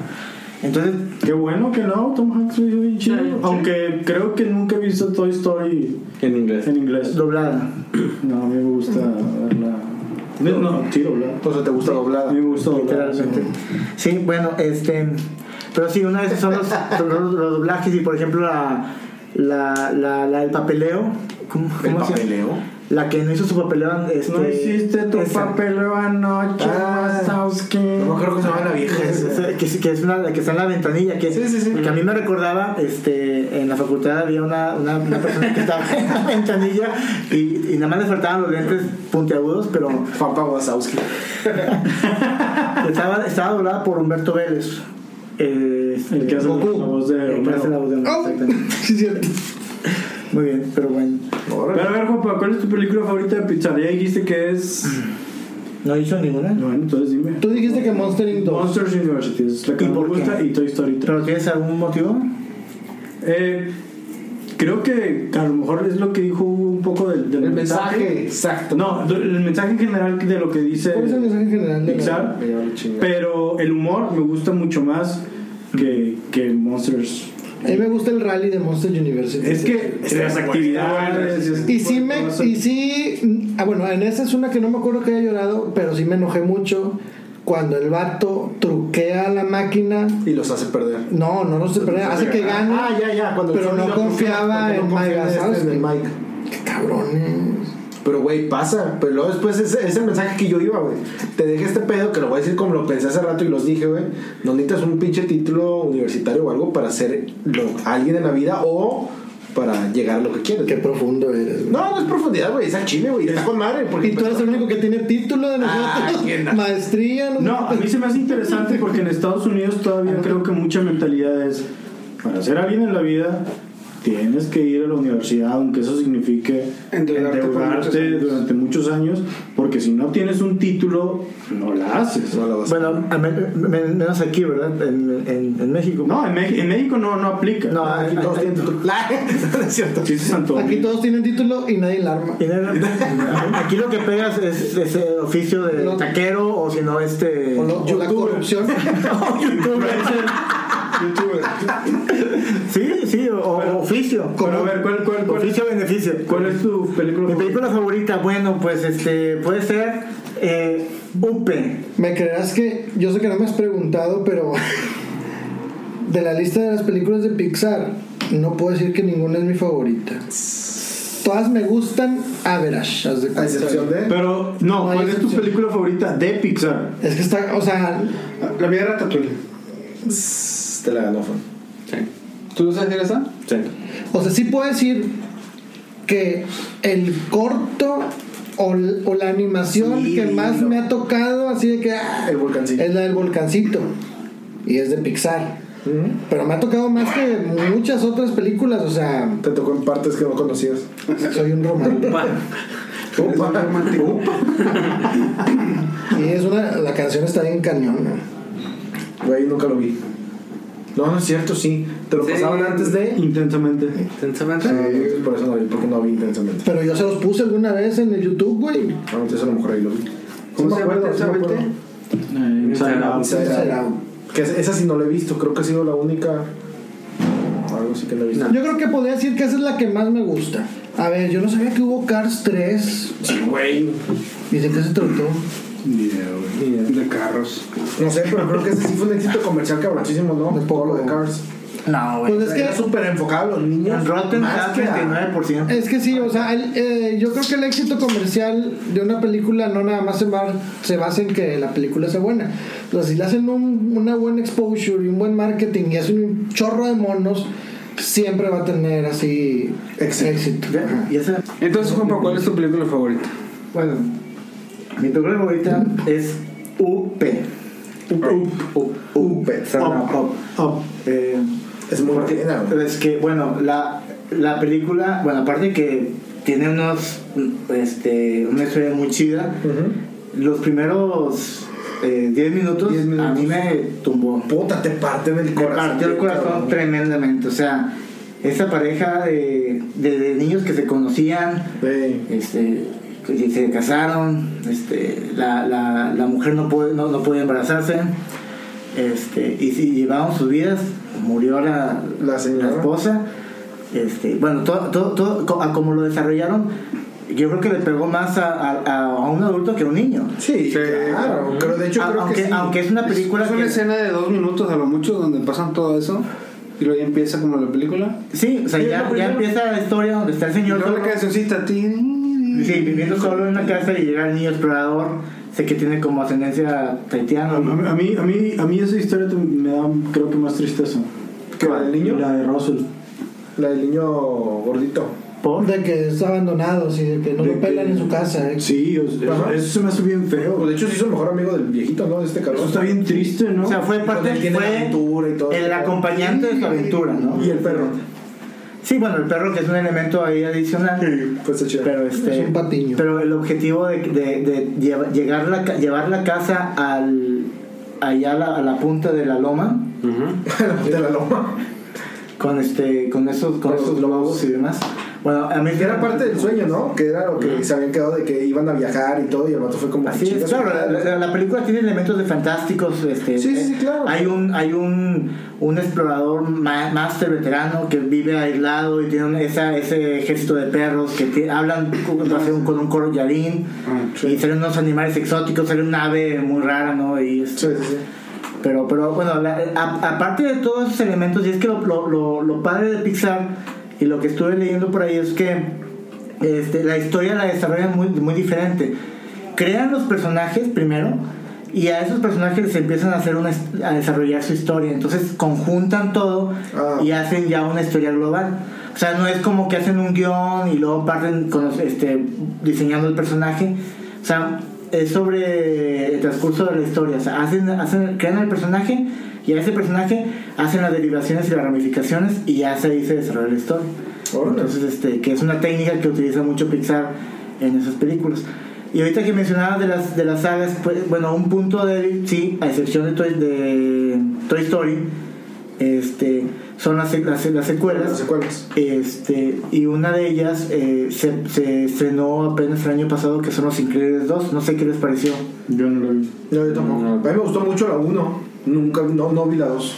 entonces Qué bueno que no, Tom Hanks lo hizo bien chido. Aunque creo que nunca he visto Toy Story En inglés. en inglés. doblada. No, a mí me gusta verla. No, no, sí, doblada. Entonces, ¿te gusta A doblada? mí me gusta doblada. literalmente. sí. Sí, bueno, este. Pero sí, una de esas son los, los- los doblajes y, por ejemplo, la, la, la, la del papeleo. ¿Cómo, ¿El cómo se llama? papeleo? La que no hizo su papeleo. Este, No hiciste tu esa. papeleo anoche, Ah. Wazowski. No me acuerdo cómo se llama la vieja esa. Esa, Pues, Que, es- que es una la que está en la ventanilla que, Sí, sí, sí. que a mí me recordaba este en la facultad había una, una, una persona que estaba en la ventanilla y, y nada más le faltaban los lentes puntiagudos pero Papa Wazowski. estaba, estaba doblada por Humberto Vélez Eh, El que hace la Goku. voz de Eh, que hace la Homero. voz de Homero, ¡Au! exactamente. Sí, es cierto. Muy bien, pero bueno. Pero a ver, Juanpa, ¿cuál es tu película favorita de Pixar? Ya dijiste que es. No he dicho ninguna. Bueno, entonces dime. Tú dijiste que Monster Inc. 2. Monsters University es la que ¿Y más me por qué? gusta y Toy Story 3. ¿Pero tienes algún motivo? Eh, creo que a lo mejor es lo que dijo Hugo un poco del, del El mensaje. Exacto. No, do- el mensaje en general de lo que dice ¿Cuál es el mensaje general de la- Pixar. Me lleva la chingada. Pero el humor me gusta mucho más que, que Monsters A mí me gusta el rally de Monster University. Es que las actividades. Y sí me. Y sí. Ah, bueno, en esa es una que no me acuerdo que haya llorado, pero sí me enojé mucho cuando el vato truquea la máquina. Y los hace perder. No, no lo sé, pero hace que gane. Ah, ya, ya. Cuando el Pero no sonido confiaba porque no en confía Mike en este, Wazowski. en el Mike. Qué cabrones. Pero, güey, pasa. Pero luego después es, es el mensaje que yo iba, güey. Te dejé este pedo, que lo voy a decir como lo pensé hace rato y los dije, güey. No necesitas un pinche título universitario o algo para ser lo- alguien en la vida o para llegar a lo que quieres. Qué güey. profundo eres. güey. No, no es profundidad, güey. Es al chile, güey. Está con madre. Porque Y tú eres el único que tiene título de Ah, nosotros. ¿quién da? Maestría, no, sé No, a mí se me hace interesante porque en Estados Unidos todavía creo que mucha mentalidad es para ser alguien en la vida tienes que ir a la universidad, aunque eso signifique Endeudarte por muchos endeudarte años. durante muchos años, porque si no tienes un título, no la haces. No la vas a- Bueno, a men- men- menos aquí, ¿verdad? En, en- en México. No, en, Mex- en México no, no aplica. No, Ah, Aquí todos tienen título. No es cierto. Sí, sí, Santo qué. Aquí todos tienen título y nadie la arma. Y Eh, no- Aquí lo que pegas es ese oficio de Lo- taquero o si no este O, lo- o la youtuber. corrupción. O youtuber. Sí, sí, o, o oficio. Pero a ver, ¿cuál, cuál, cuál, Oficio beneficio. cuál es tu película? Mi favorita? película favorita, bueno, pues este puede ser eh, Upe. Me creerás que yo sé que no me has preguntado, pero de la lista de las películas de Pixar, no puedo decir que ninguna es mi favorita. Todas me gustan average, haz de A cuenta. excepción de. Pero, no, No hay ¿cuál es tu excepción. película favorita de Pixar? Es que está, o sea, La vida de Ratatouille. Te la ganó, Fon. ¿Tú no sabes decir esa? o sea, sí puedo decir que el corto o, l- o la animación Sí, que más no. me ha tocado, así de que ah, El volcancito. es la del volcancito y es de Pixar. Pero me ha tocado más que muchas otras películas, o sea, Te tocó en partes que no conocías. soy un romántico. Upa. Upa. Sí, es una, la canción está bien cañona. Güey, nunca lo vi. No, no es cierto, sí. Te lo Sí. pasaban antes de. Intensamente. Sí, Intensamente. entonces por eso no lo vi, porque no vi intensamente. Pero yo se los puse alguna vez en el YouTube, güey. Ah, entonces a lo mejor ahí lo vi. ¿Cómo Sí se me llama acuerdo, sí me intensamente? acuerdo. Inside Out. Inside Inside Out. Que es- esa sí no la he visto, creo que ha sido la única. Algo sí que no he visto. Yo creo que podría decir que esa es la que más me gusta. A ver, yo no sabía que hubo Cars 3. Sí, güey. ¿Y de qué se trató? De carros. No sé, pero creo que ese sí fue un éxito comercial cabroncísimo, ¿no? De poco. Todo lo de Cars. No, Pues es Ah, Era que, súper enfocado a los niños. En Rotten más está que a- 39%. es que sí, o sea, el- eh, yo creo que el éxito comercial de una película no nada más se, va- se basa en que la película sea buena. O sea, si le hacen un- una buena exposure y un buen marketing y hacen un chorro de monos, siempre va a tener así Éxito. éxito. Ajá. Y esa, Entonces, Juanpa, ¿cuál es tu película favorita? bueno, mi película favorita es Upe. Upe. Upe. se llama Up. Oh, Eh, Es muy buena, güey. Es que, bueno, la, la película, bueno, aparte que tiene unos, este, una historia muy chida, Ujú. los primeros eh, 10 minutos, Diez minutos. a mí me tumbó. Puta, te parten el Me corazón. partió el bien, corazón cabrón. tremendamente, o sea, esa pareja de, de- de niños que se conocían, Güey. este, que se casaron, este, la, la- la mujer no puede, no, no puede embarazarse, este, y si llevaban sus vidas, murió la, La señora. la esposa, este, bueno, todo, todo, todo, co- a como lo desarrollaron, yo creo que le pegó más a, a- a- a un adulto que a un niño. Sí, Sí, claro. claro. Pero de hecho A- creo aunque, que sí. aunque es una película Es una que- escena de dos minutos a lo mucho donde pasan todo eso y luego ya empieza como la película. Sí, o sea, Sí, es ya, lo ya primero. empieza la historia donde está el Y señor. luego la solo. cancioncita. tin. Sí, viviendo solo en una casa y llega el niño explorador. Sé que tiene como ascendencia a, taitiana. a- a mí, a, mí, a mí esa historia te- me da, creo que más tristeza. ¿Qué, la del niño? La de Russell. La del niño gordito. De que es abandonado, así de que no De lo pelan que- en su casa. ¿eh? Sí, o sea, Ajá. eso se me hace bien Pues feo. de hecho se hizo el mejor amigo del viejito, ¿no? De este Eso cabrón. está bien triste, ¿no? O sea, fue parte Porque tiene la aventura y todo. fue el acompañante de su aventura, ¿no? Y el perro. Sí, bueno, el perro que es un elemento ahí adicional. Pues está chido. Pero este, Es un patiño. pero el objetivo de, de- de lleva- llegar la, ca- llevar la casa al allá a la, a la punta de la loma De la loma. con este con esos con Con esos los globos y demás. Bueno, a mí Que era parte del sueño, ¿no? Que era lo que se habían quedado de que iban a viajar y todo, y el vato fue como. Así es, Ah, "Chingas, claro, madre". la, la- la película tiene elementos de fantásticos. Este, Sí, sí, sí, eh, claro. Hay un hay un, un explorador ma- máster veterano que vive aislado y tiene un- esa- ese ejército de perros que ti- hablan con, hace un- con un collarín Ah, y salen unos animales exóticos, sale un ave muy rara, ¿no? Y Sí, este, sí, sí. pero, pero bueno, la- a- aparte de todos esos elementos, y es que lo, lo- lo- lo padre de Pixar y lo que estuve leyendo por ahí es que este, la historia la desarrollan muy, muy diferente. Crean los personajes primero y a esos personajes les empiezan a, hacer una, his- a desarrollar su historia. Entonces conjuntan todo Ah. y hacen ya una historia global. O sea, no es como que hacen un guión y luego parten con los- este, diseñando el personaje. O sea, es sobre el transcurso de la historia. O sea, hacen, hacen, crean el personaje y a ese personaje hacen las derivaciones y las ramificaciones y ya se dice desarrollar la historia. Órale. Entonces, este, que es una técnica que utiliza mucho Pixar en esas películas. Y ahorita que mencionabas de las, de las sagas, pues, bueno, un punto débil, sí, a excepción de Toy, de Toy Story, este, son las, las, las Las secuelas. secuelas. Este, y una de ellas eh, se, se estrenó apenas el año pasado, que son Los Increíbles 2. No sé qué les pareció. Yo no lo vi. No, yo tampoco. A mí me gustó mucho la 1. Nunca, no, no vi la 2.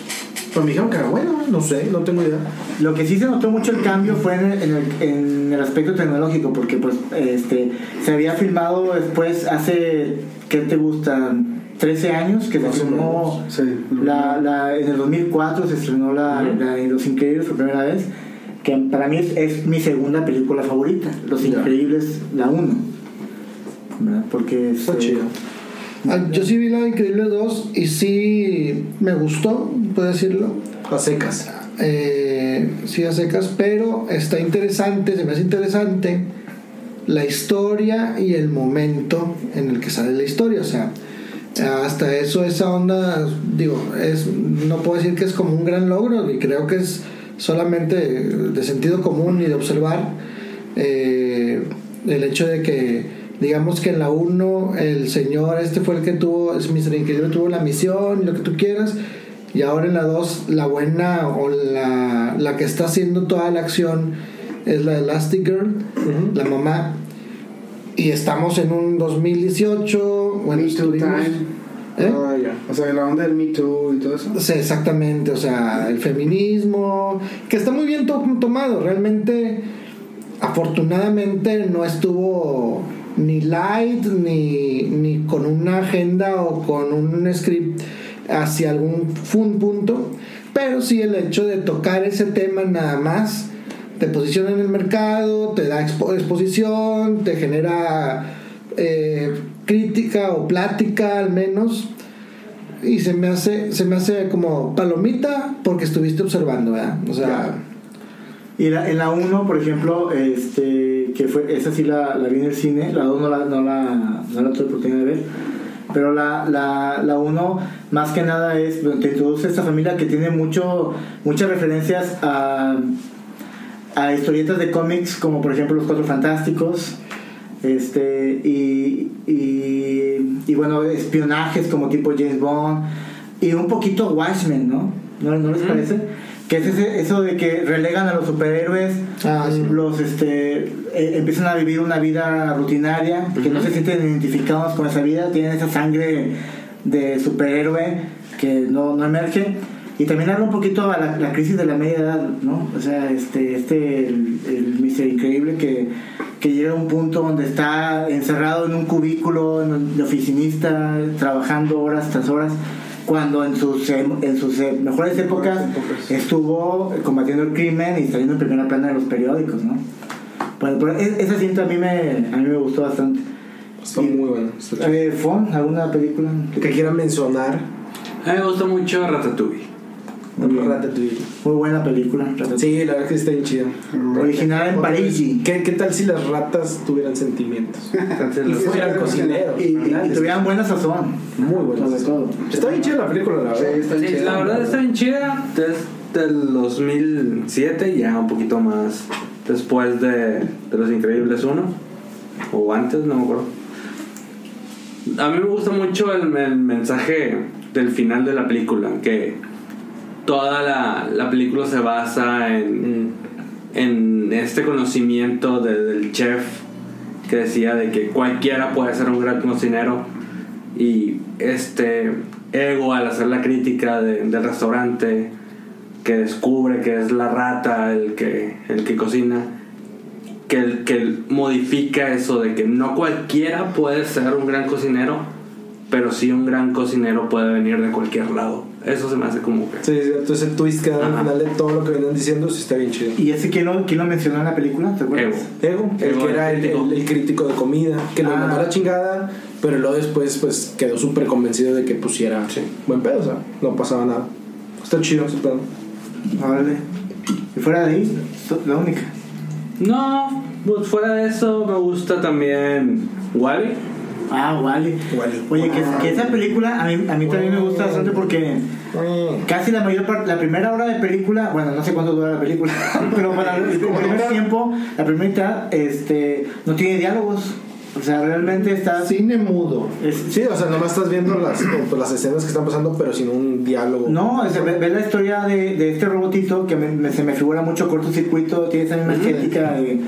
Pero me dijeron que era bueno, no sé, no tengo idea. Lo que sí se notó mucho el cambio fue en el, en el- en el aspecto tecnológico, porque pues este se había filmado después hace, ¿qué te gustan? 13 años que se Más o filmó menos, sí. la, la- en el 2004 se estrenó la, la de Los Increíbles por primera vez, que para mí es, es mi segunda película favorita, Los Ya. Increíbles la 1. ¿verdad? Porque Está este, chido. Ah, Yo sí vi La Increíble 2 y sí me gustó, puedo decirlo. Las secas. Eh, sí a secas, pero está interesante, se me hace interesante la historia y el momento en el que sale la historia. O sea, hasta eso, esa onda, digo, es, no puedo decir que es como un gran logro, y creo que es solamente de sentido común y de observar eh, el hecho de que, digamos que en la 1 el señor, este fue el que tuvo, es Mr. Increíble, tuvo la misión, lo que tú quieras, y ahora en la 2, la buena o la, la que está haciendo toda la acción es la Elastic Girl, la mamá. Y estamos en un 2018. Bueno, Me Too estuvimos- Time. ¿Eh? Ah, ya. O sea, la onda del Me Too y todo eso. Sí, exactamente, o sea, el feminismo, que está muy bien to- tomado, realmente, afortunadamente no estuvo ni light, ni, ni con una agenda o con un script hacia algún fun punto, pero sí el hecho de tocar ese tema nada más, te posiciona en el mercado, te da expo- exposición, te genera eh, crítica o plática al menos. Y se me hace, se me hace como palomita porque estuviste observando, ¿verdad? O sea, Y la- en la 1, por ejemplo, este, que fue, esa sí la, la vi en el cine, la 2 no la, no, la, no la tuve oportunidad de ver, pero la 1 la, la uno, más que nada es, bueno, te introduce esta familia que tiene mucho, muchas referencias a, a historietas de cómics, como por ejemplo Los Cuatro Fantásticos, este, y, y, y bueno, espionajes como tipo James Bond, y un poquito Watchmen, ¿no? ¿No, no les parece? Que es ese- eso de que relegan a los superhéroes, Ah, sí. los este, eh, empiezan a vivir una vida rutinaria, que no se sienten identificados con esa vida, tienen esa sangre de superhéroe que no, no emerge. Y también habla un poquito a la, la crisis de la media edad, ¿no? O sea, este, este el, el Mr. Increíble que, que llega a un punto donde está encerrado en un cubículo en un- de oficinista, trabajando horas tras horas, cuando en sus, eh, en sus eh, mejores épocas épocas. estuvo combatiendo el crimen y saliendo en primera plana de los periódicos, ¿no? Pero, pero e- ese cinta a mí me, a mí me gustó bastante. Está muy bueno. está chido. Eh, ¿Fon? ¿Alguna película? Que quiera mencionar. A mí me gusta mucho Ratatouille. Ratatouille. Muy buena película. Sí, la verdad es que está bien chida. Originada en Otra vez, París. Y, ¿Qué, ¿Qué tal si las ratas tuvieran sentimientos? Entonces, Y los- fueran cocineros. y- y tuvieran buena sazón. Muy buenas. Sobre todo. Está bien chida la película, la Sí, verdad. está Sí, chido. la verdad está bien chida. Es del 2007, ya un poquito más después de, de Los Increíbles 1. O antes, no me acuerdo. A mí me gusta mucho el, el mensaje del final de la película, que toda la, la película se basa en, en este conocimiento de- del chef que decía de que cualquiera puede ser un gran cocinero y este ego al hacer la crítica de- del restaurante que descubre que es la rata el que, el que cocina que, el- que modifica eso de que no cualquiera puede ser un gran cocinero, pero sí un gran cocinero puede venir de cualquier lado. Eso se me hace como que... Sí, es cierto, ese twist que dan al Ajá. final de todo lo que venían diciendo, sí está bien chido. ¿Y ese quién lo, quién lo mencionó en la película? ¿Te acuerdas? Ego. Ego, el Ego, que era el el, crítico. el- el crítico de comida, que lo Ah. mandó a la chingada, pero luego después pues quedó súper convencido de que pusiera buen pedo, o sea, no pasaba nada. Está chido ese pedo. Órale. Y fuera de ahí, so- la única. No, pues fuera de eso me gusta también Wabi. Ah, vale. Wall-E. Oye, que, que esa película a mí, a mí también me gusta bastante porque Ah. casi la mayor parte, la primera hora de película, bueno, no sé cuánto dura la película, pero para el, el primer tiempo, la primera mitad, este, no tiene diálogos. O sea, realmente está así. Cine mudo. Sí, o sea, nomás estás viendo las, pues, las escenas que están pasando, pero sin un diálogo. No, es, ve, ve la historia de, de este robotito que me- me- se me figura mucho cortocircuito, tiene esa misma estética de,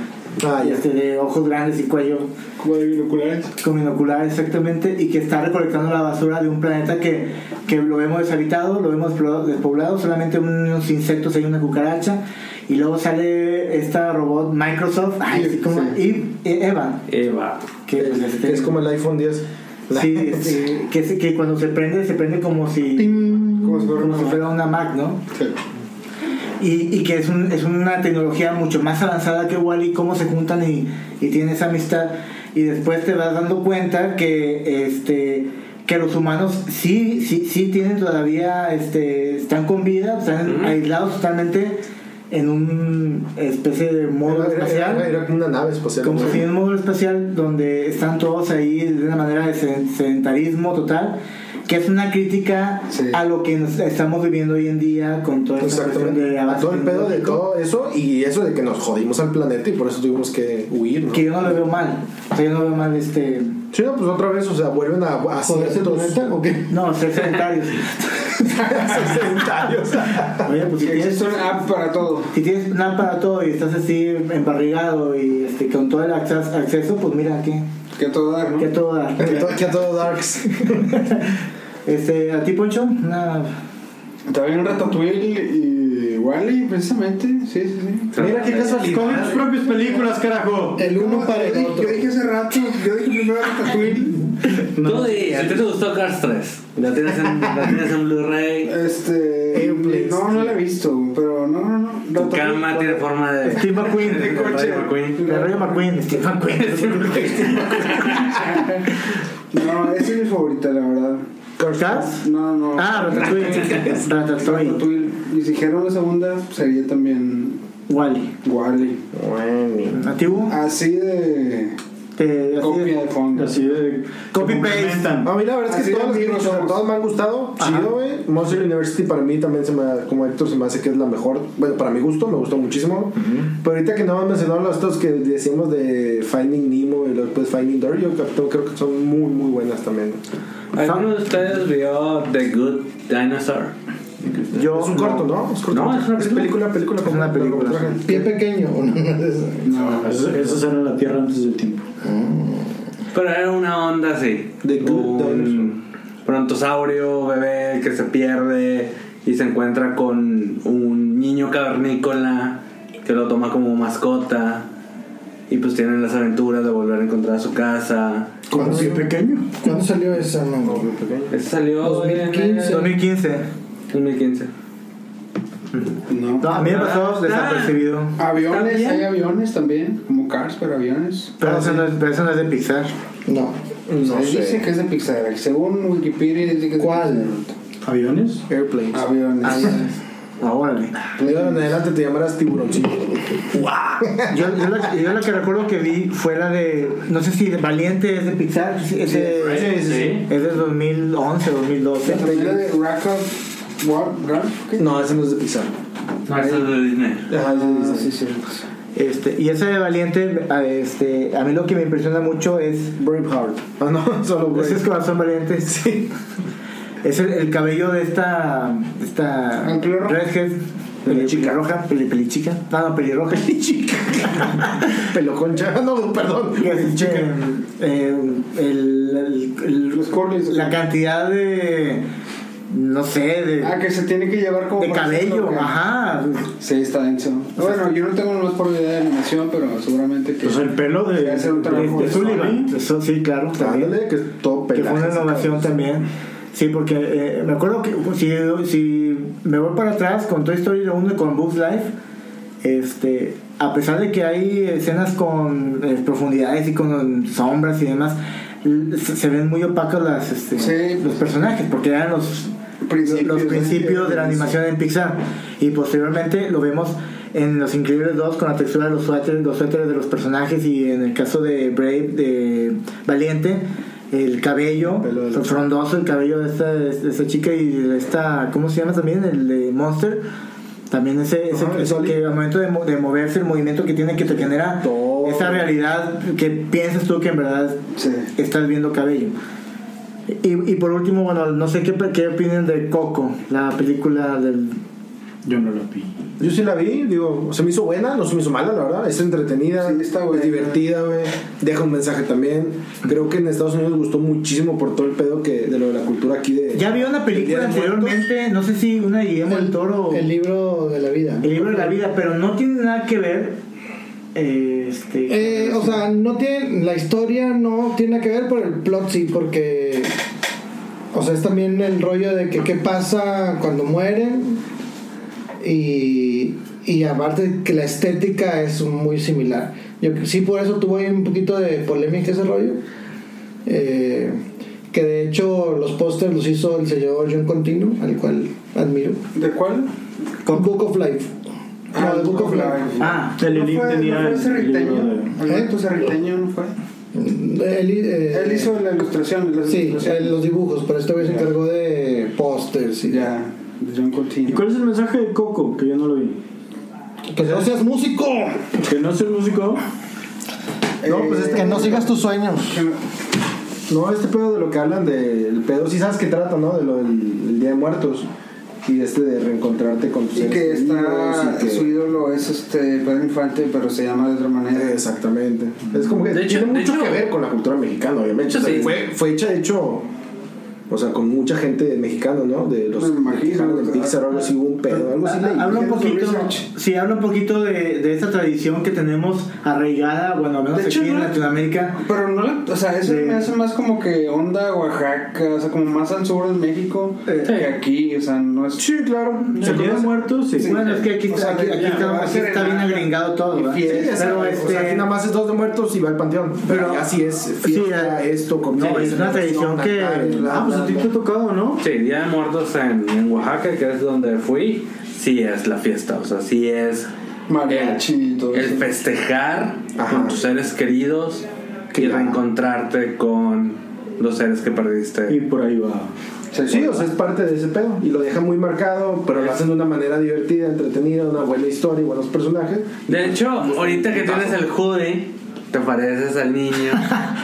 Ah, ya. este, de ojos grandes y cuello Cuba de binoculares. con binocular exactamente y que está recolectando la basura de un planeta que, que lo vemos deshabitado, lo vemos desplo- despoblado, solamente unos insectos hay una cucaracha y luego sale esta robot Microsoft ay, sí, como- y y Eva Eva. que, pues, Que- este, que es como el iPhone 10. sí, este, que, se- que cuando se prende se prende como si Como si fuera como una si fuera una Mac, ¿no? Sí. Y, y que es, un- es una tecnología mucho más avanzada que Wally, cómo se juntan y, y tienen esa amistad. Y después te vas dando cuenta que, este, que los humanos sí, sí, sí tienen todavía, este, están con vida, están Ujú. aislados totalmente en una especie de modo Era, espacial. era- era como una nave espacial. Como ¿no? si en un módulo espacial donde están todos ahí de una manera de sed- sedentarismo total, que es una crítica Sí. a lo que nos estamos viviendo hoy en día con toda esta cuestión Exactamente. de A avance todo el pedo de tecnológico, todo eso y eso de que nos jodimos al planeta y por eso tuvimos que huir. ¿no? Que yo no lo veo mal. O sea, yo no veo mal este. Sí, no, pues otra vez, o sea, vuelven a, a ¿Joderse el ciertos- planeta o qué? No, ser sedentarios. sedentarios. Oye, pues si Sí, tienes, existe una app para todo. si tienes nada para todo y estás así embarrigado y este, con todo el accas- acceso, pues mira, ¿qué? Que a todo dar, ¿Qué ¿no? todo da? Que to- que a todo darks. Este, ¿A ti, Poncho? Una- También Ratatouille y Wally, precisamente. Sí, sí, sí. Mira qué Con tus casualidad. propias películas, carajo. El uno para el Yo otro. dije hace rato, yo dije primero Ratatouille. Tú di, ¿a ti te gustó Cars 3? La tienes en, la tienes en Blu-ray. Este. Airplanes. No, no la he visto, pero no, no, no. Tu Ratatouille. cama tiene forma de... Steve McQueen. de coche. Rayo McQueen. De Rayo McQueen. Steve McQueen. No, esa es mi favorita, la verdad. ¿Cars? No, no. Ah, Ratatouille. Ratatouille. Ratatouille. Y si dijera una segunda, sería también Wally. Wally. Bueno. Antiguo. Así de. Te- así de- Copia de fondo. Así de. Copy se paste. Ah, complementan. A mí la verdad es Así que todas, las de películas, amigos o sea, somos. todas me han gustado. Chido, güey. Monster University para mí también se me ha- como Héctor se me hace que es la mejor. Bueno, para mi gusto, me gustó muchísimo. Pero ahorita que no me mencionaron los dos que decíamos de Finding Nemo y después Finding Dory, yo creo- creo que son muy, muy buenas también. ¿Alguno de ustedes vio The Good Dinosaur? Yo, es un corto, ¿no? Es corto. No, es una película, película, Es una película, largometraje. Pie pequeño. o no, no es eso. No, eso, eso era la tierra antes del tiempo. Pero era una onda así. The Good un brontosaurio bebé que se pierde y se encuentra con un niño cavernícola que lo toma como mascota. Y pues tienen las aventuras de volver a encontrar su casa. ¿Cuándo, pequeño? cuándo salió esa? No, no. Este salió 2015. en el 2015. 2015. No. No, a mí me Ah, pasó ah. desapercibido. Aviones, ¿También? hay aviones también, como Cars, pero aviones. Pero eso no es, pero eso no es de Pixar. No. No Se dice sé. que es de Pixar, según Wikipedia dice que es de ¿Cuál? ¿Aviones? Airplanes. Pixar. Aviones. Ah, órale. De ahora en adelante te llamarás Tiburoncillo. Yo, yo, la, yo la que recuerdo que vi fue la de. No sé si Valiente es de Pixar. sí, Es de, Sí, sí. es del 2011, 2012. La película de Rack of War, Rack, No, ese no es de Pixar. Esa es de Disney. Ajá, ese es de Ah, Disney. sí, cierto. Este, y esa de Valiente, a- este, a mí lo que me impresiona mucho es Braveheart. Ah, no, solo Ese es Brave. corazón valiente, sí. Es el, el cabello de esta. de esta. Ah, claro. Redhead. Pelichica roja, peli, pelichica. No, no, pelirroja. Pelichica. Pelo concha. No, perdón. Este, eh, el, el- Los corlis. la cantidad de. No sé, de. Ah, que se tiene que llevar como. de para cabello, hacerlo, ¿ok? ajá. Sí, está denso. Bueno, yo no tengo más por idea de animación, pero seguramente que. Pues el pelo de, Se hace un de, trabajo de de Sullivan. Eso sí, claro. también. Ándale, que es todo que fue pelaje. una innovación también. Sí, porque eh, me acuerdo que si, si me voy para atrás con Toy Story 1 y con Bugs Life, este, a pesar de que hay escenas con eh, profundidades y con sombras y demás, l- se se ven muy opacas las, este, Sí. los personajes, porque eran los, Principios, los principios de la animación en Pixar. Y posteriormente lo vemos en Los Increíbles 2 con la textura de los suéteres, los suéteres de los personajes y en el caso de Brave, de Valiente, el cabello, Pelo de- frondoso el cabello de esta, de esta chica y de esta, ¿cómo se llama también? El de Monster. También ese, ese, Ajá, el ese Sully. que al momento de, mo- de moverse, el movimiento que tiene que te genera Todo. esa realidad que piensas tú que en verdad Sí. estás viendo cabello. Y, y por último, bueno, no sé qué, qué opinan de Coco, la película del... Yo no lo vi. Yo sí la vi, digo, se me hizo buena, no se me hizo mala, la verdad. Es entretenida, Sí, está es buena. divertida, güey. Deja un mensaje también. Creo que en Estados Unidos gustó muchísimo por todo el pedo que de lo de la cultura aquí de. Ya había una película Del Día de Muertos. anteriormente, no sé si una de Guillermo del Toro, El el, libro de la vida. libro de la vida, pero no tiene nada que ver. eh, Este, Eh, o sea, no tiene. La historia no tiene nada que ver, pero el plot sí, porque. O sea, es también el rollo de que qué pasa cuando mueren. Y. Y aparte que la estética es muy similar. Yo sí por eso tuvo ahí un poquito de polémica ese rollo. Eh, que de hecho los pósters los hizo el señor John Contino, al cual admiro. ¿De cuál? Con Book of Life. Ah, No, de Book of Life. ah, El ¿No Elif fue, tenía ¿no fue el Cerriteño? libro de- Alberto Cerriteño no fue. Él, eh, Él hizo la ilustración. las Sí, ilustraciones. eh, los dibujos, pero este güey se Ya. encargó de pósters y Ya, de John ¿Y Coutinho. cuál es el mensaje de Coco? Que yo no lo vi. Que no seas músico. Que no soy músico. No, pues Eh, este- Que no sigas tus sueños. No, este pedo de lo que hablan del pedo, sí sabes que trata, ¿no? De lo del el Día de Muertos y de este de reencontrarte con tus Y seres que está. queridos y que- Su ídolo es este Pedro Infante, pero se llama de otra manera. Exactamente. Es como que De hecho- tiene de mucho hecho- que ver con la cultura mexicana, obviamente. De hecho, O sea, sí. fue, fue hecha, de hecho, o sea, con mucha gente mexicana, ¿no? De los Me imagino, mexicanos de claro. Pixar o algo así, hubo un pedo, algo así. leí. Habla un Haciendo su poquito, research. sí, habla un poquito de, de esta tradición que tenemos arraigada, bueno, al menos De hecho, aquí en no- Latinoamérica. Pero no la, o sea, eso Sí. me hace más como que onda Oaxaca, o sea, como más al sur de México Sí. que aquí, o sea, no es. Sí, claro. ¿Se queda muerto? Sí. bueno, es que aquí, O sea, aquí- que aquí ya, está, va a aquí ser está bien enana. agringado todo, Y ¿verdad? fiel. Sí, exacto. pero o sea, este, aquí nada más es dos de muertos y va al panteón. Pero- Pero así es fiesta, Sí, eh, esto, comida. no, es una tradición que- celebración, acá, Ah, pues a ti te ha tocado, ¿no? Sí, Día de Muertos en, en Oaxaca, que es donde fui, sí es la fiesta, o sea, sí es Mariachi y todo el eso. festejar Ajá. con tus seres queridos y Claro. reencontrarte con los seres que perdiste. Y por ahí va. Sí, o sea, es parte de ese pedo. Y lo deja muy marcado, pero lo hacen de una manera divertida, entretenida, una buena historia y buenos personajes. De hecho, ahorita que tienes el hoodie, te pareces al niño.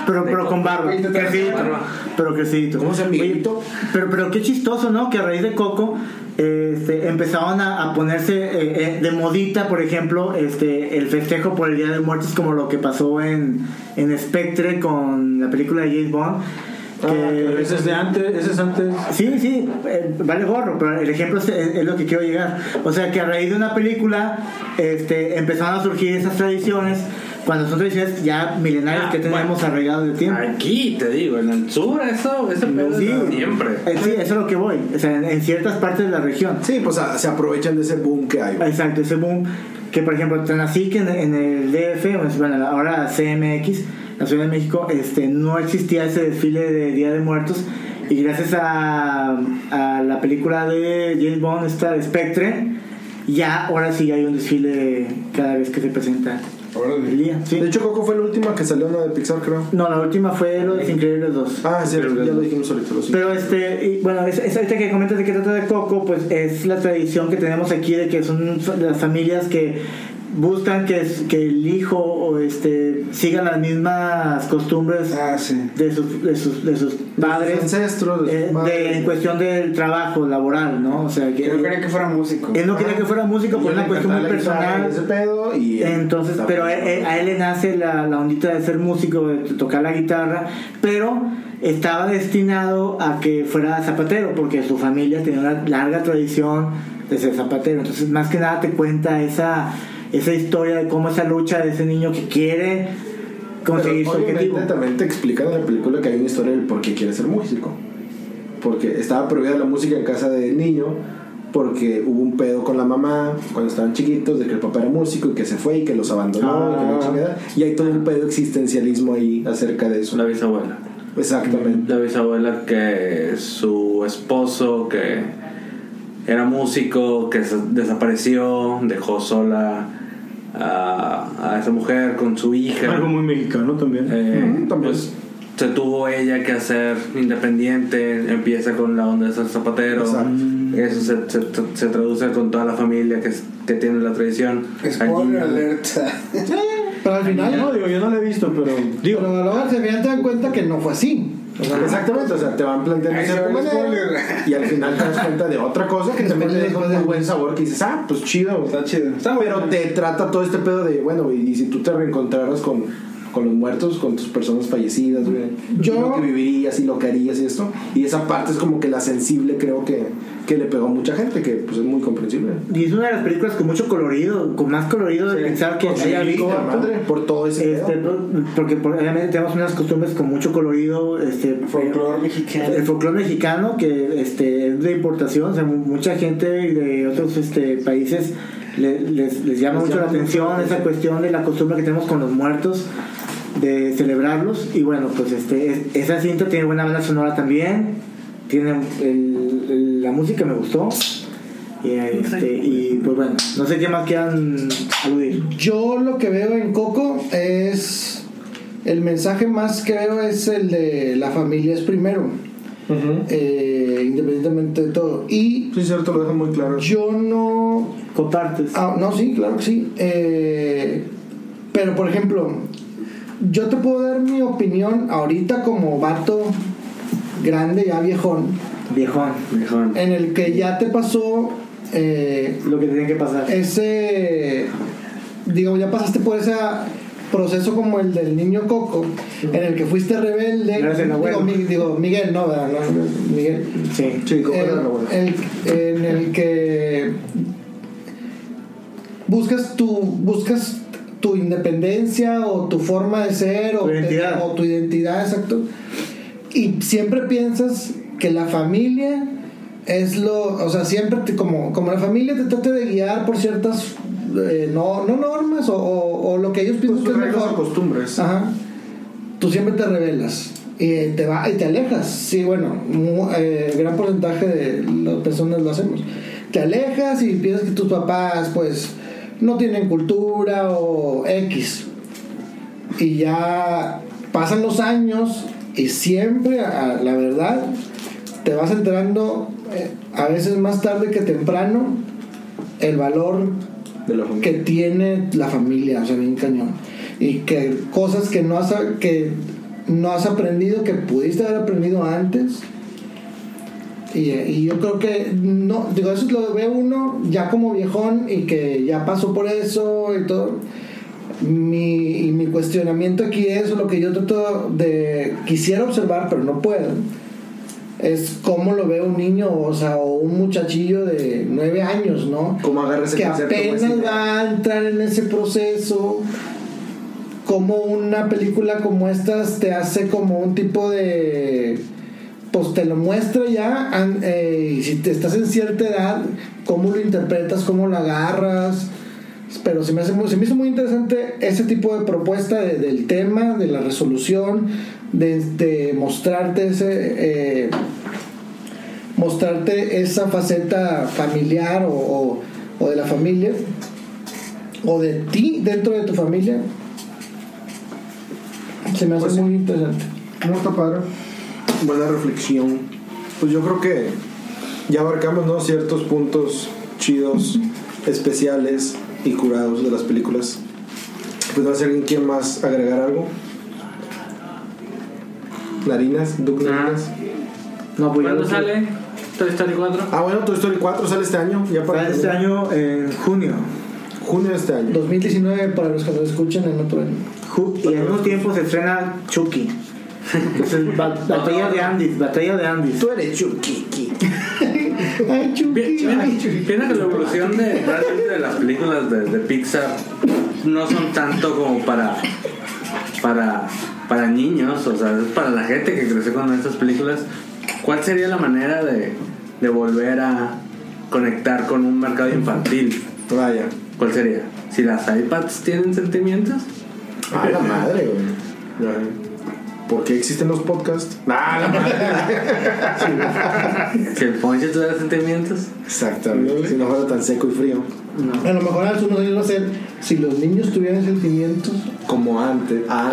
Pero, De pero co- con barba, Oye, te traes crecidito, barba. pero crecidito. ¿Cómo se llama, Oye, Miguelito? Pero, pero qué chistoso, ¿no? Que a raíz de Coco este, empezaron a, a ponerse eh, eh, de modita, por ejemplo, este, el festejo por el Día de Muertos, como lo que pasó en, en Spectre con la película de James Bond. Ah, pero que- ese es de antes, ese es antes. Sí, sí, eh, vale gorro, pero el ejemplo es, es- es lo que quiero llegar. O sea, que a raíz de una película este, empezaron a surgir esas tradiciones, cuando son tradiciones ya milenarias Ah, que tenemos bueno. arraigadas de tiempo. Aquí te digo, en el sur, eso, eso pedo Sí, es siempre. eh, sí, eso es lo que voy. O sea, en, en ciertas partes de la región. Sí, pues a- se aprovechan de ese boom que hay. güey. Exacto, ese boom. Que por ejemplo, tan así que en, en el DF, pues, bueno, ahora CMX, la Ciudad de México, este, no existía ese desfile de Día de Muertos. Y gracias a, a la película de James Bond, esta de Spectre, ya ahora sí hay un desfile cada vez que se presenta Órale. el día. sí. De hecho, Coco fue la última que salió una de Pixar, creo. no, la última fue Los Increíbles 2. Ah, sí, ya lo dijimos ahorita. lo siento. Pero este, y bueno, es, es ahorita que comentas de qué trata de Coco, pues es la tradición que tenemos aquí de que son fa- las familias que buscan que, es- que el hijo o este siga las mismas costumbres Ah, sí. de sus, de sus, de sus padres ancestros, pues, de sus eh, de- madres. en cuestión del trabajo laboral, ¿no? O sea, que Yo no él, quería que fuera músico. él no quería que fuera músico por Y una le cuestión muy encantaba la guitarra personal. y ese pedo y Entonces, pero a él, a él le nace la, la ondita de ser músico, de tocar la guitarra, pero estaba destinado a que fuera zapatero, porque su familia tenía una larga tradición de ser zapatero. Entonces, más que nada te cuenta esa, esa historia de cómo esa lucha de ese niño que quiere conseguir Pero su objetivo. obviamente también te explican en la película que hay una historia del por qué quiere ser músico. Porque estaba prohibida la música en casa del niño porque hubo un pedo con la mamá cuando estaban chiquitos de que el papá era músico y que se fue y que los abandonó y, Ah. que la chingada. y hay todo un pedo existencialismo ahí acerca de eso. La bisabuela. Exactamente. La bisabuela que su esposo, que era músico, que se- desapareció, dejó sola a, a esa mujer con su hija. Algo muy mexicano también. Eh, Mm, también. pues, se tuvo ella que hacer independiente, empieza con la onda de ser zapatero. Exacto. Eso se, se- se traduce con toda la familia que, es- que tiene la tradición. Spoiler Aquí- alerta. Pero al No, final, digo, yo no la he visto, pero. digo, pero luego al final te dan cuenta que no fue así. O sea, Exactamente, o sea, te van planteando Ahí ese se ve el problema spoiler. y al final te das cuenta de otra cosa que también te deja un buen sabor que dices, ah, pues chido. Está chido. Está Pero te trata todo este pedo de, bueno, güey, y si tú te reencontraras con, con los muertos, con tus personas fallecidas, güey, Yo- lo que vivirías y lo que harías y esto. Y esa parte es como que la sensible, creo que, que le pegó a mucha gente, que pues es muy comprensible. Y es una de las películas con mucho colorido, con más colorido de pensar que Porque haya sí, visto. la madre, por todo ese Este, pedo. porque por- obviamente tenemos unas costumbres con mucho colorido, este, Folclor el mexicano. folclore mexicano que este, es de importación, o sea, mu- mucha gente de otros este, países le- les, les Les llama llama mucho la mucho la atención atención. esa cuestión de la costumbre que tenemos con los muertos de celebrarlos y bueno, pues este, es- esa cinta tiene buena banda sonora también, tiene el- el- la música me gustó y, este, y pues bueno, no sé qué más quieran aludir. Yo lo que veo en Coco es. El mensaje más que veo es el de la familia es primero, eh, independientemente de todo. Y Sí, cierto, lo deja muy claro. yo no. Compartes. ah, no, sí, claro que sí. eh, pero por ejemplo, yo te puedo dar mi opinión ahorita como vato grande, ya viejón, Viejón. Dijeron, en el que ya te pasó. eh, Lo que tiene que pasar. ese digo ya pasaste por ese proceso como el del niño Coco en el que fuiste rebelde Gracias, digo, abuelo. Mi- digo, Miguel no, ¿verdad? No, Miguel Sí. Eh, Sí, como El- era la abuela. el- en el que buscas tu buscas tu independencia o tu forma de ser o Tu identidad. o tu identidad exacto y siempre piensas que la familia es lo, o sea, siempre te- como, como la familia te trata de guiar por ciertas, eh, no, no normas o, o- o lo que ellos piensan que Sus es Pues reglas o mejor. costumbres. Ajá. Tú siempre te rebelas y eh, te, va, y te alejas. Sí, bueno, mu- eh, gran porcentaje de las personas lo hacemos. Te alejas y piensas que tus papás, pues, no tienen cultura o X y ya pasan los años y siempre, a- a- la verdad, te vas enterando eh, a veces más tarde que temprano el valor De la familia. que tiene la familia, o sea, bien cañón. Y que cosas que no has, que no has aprendido, que pudiste haber aprendido antes. Y, eh, y yo creo que, no, digo, eso lo ve uno ya como viejón y que ya pasó por eso y todo. Mi, y mi cuestionamiento aquí es lo que yo trato de, quisiera observar, pero no puedo. Es cómo lo ve un niño, o sea, o un muchachillo de nueve años, ¿no? ¿Cómo agarras el que concepto, apenas güey, sí. va a entrar en ese proceso como una película como estas te hace como un tipo de pues te lo muestra ya an- eh, y si te estás en cierta edad cómo lo interpretas cómo lo agarras pero se me, hace muy- se me hizo muy interesante ese tipo de propuesta de- del tema, de la resolución, de, de mostrarte ese eh, mostrarte esa faceta familiar o, o- o de la familia o de ti dentro de tu familia se me hace Pues sí. muy interesante No está padre. Buena reflexión. Pues yo creo que ya abarcamos ¿no? ciertos puntos chidos, especiales y curados de las películas. Pues, ¿Puede alguien quiere más agregar algo? Narinas, Duke Narinas. No, pues yo ¿Cuándo creo que- sale? Toy Story 4. Ah, bueno, Toy Story 4 sale este año, ya para Para este año en junio. junio de este año. 2019 para los que nos escuchan en otro año. Ju- Y al mismo tiempo se estrena Chucky. Entonces, ba- batalla de Andes, batalla de Andes. eres Chucky. Ay, Chucky. Ay, Chucky. Piensa que la evolución de, realmente de las películas de, de Pixar no son tanto como para, para, para niños, o sea, es para la gente que creció con estas películas. ¿Cuál sería la manera de, de volver a conectar con un mercado infantil? Vaya. ¿Cuál sería? Si las iPads tienen sentimientos, A la madre, güey. ¿Por qué existen los podcasts? Ah, la madre. si el ponche tuviera sentimientos. Exactamente. Si no fuera tan seco y frío A lo mejor hace unos años va a ser si los niños tuvieran sentimientos. como antes. Ah,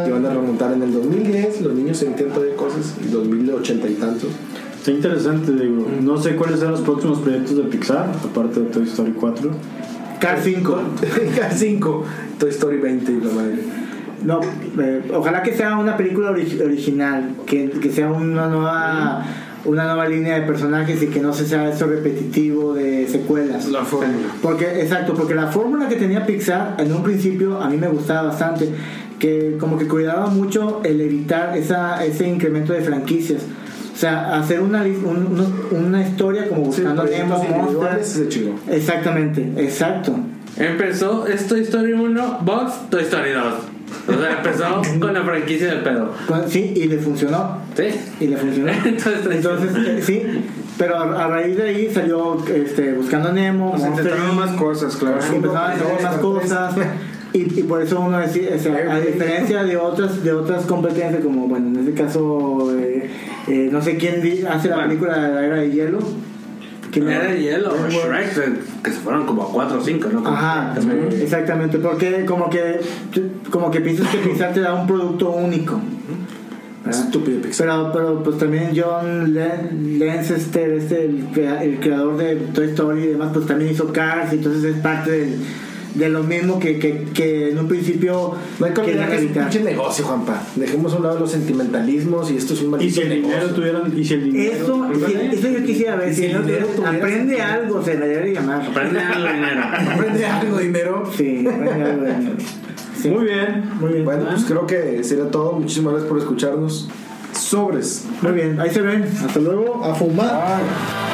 Ah. te van a remontar en el 2010. Los niños se intentan de cosas. Y 2080 y tantos. Está interesante, digo. No sé cuáles serán los próximos proyectos de Pixar, aparte de Toy Story 4. Car 5. 5. Toy Story 20 y la madre. No, eh, ojalá que sea una película ori- original, que, que sea una nueva una nueva línea de personajes y que no se sea eso repetitivo de secuelas. La fórmula. Porque, exacto, porque la fórmula que tenía Pixar en un principio a mí me gustaba bastante, que como que cuidaba mucho el evitar esa, ese incremento de franquicias. O sea, hacer una, li- un- unos- una historia como Sí, buscando Nemo, proyectos individuales Monsters. se chingó. Exactamente, exacto. Empezó es Toy Story 1, Box, Toy Story 2. O sea, empezó con la franquicia del pedo. Con- Sí, y le funcionó. ¿Sí? Y le funcionó. Entonces, Entonces, eh, sí, pero a, a raíz de ahí salió este, buscando Nemo, Nos Monster intentaron Inc. más cosas, claro. Sí, empezaban a hacer más cosas y, y por eso uno decía, o sea, a diferencia de otras de otras competencias como bueno en este caso eh, eh, no sé quién di- hace la Bueno. película de la era de hielo que no- Era de hielo, Dreamworks. Shrek, se- que se fueron como a 4 o 5, ¿no? Como- Ajá, exactamente, porque como que como que piensas que Pixar te da un producto único. ¿verdad? Ah, Estúpido Pixar. Pero, pero pues también John Len- Lenz, este, este, el, crea- el creador de Toy Story y demás, pues también hizo Cars, entonces es parte del- de lo mismo que, que, que en un principio No hay que olvidar querían que es un evitar. pinche negocio, Juanpa. Dejemos a un lado los sentimentalismos y esto es un Y maldito si el dinero negocio. tuvieran. Y si el dinero. Eso, ¿Verdad? si- eso yo quisiera ver, Y si si el no, dinero tuviera aprende sentido. algo, se le debe llamar. Aprende algo, dinero. Aprende algo, dinero. Sí, aprende algo de dinero. Sí. Muy bien. Muy bien. Bueno, pues creo que sería todo. Muchísimas gracias por escucharnos. Sobres. Muy bien, ahí se ven. Hasta luego. A fumar. Ah,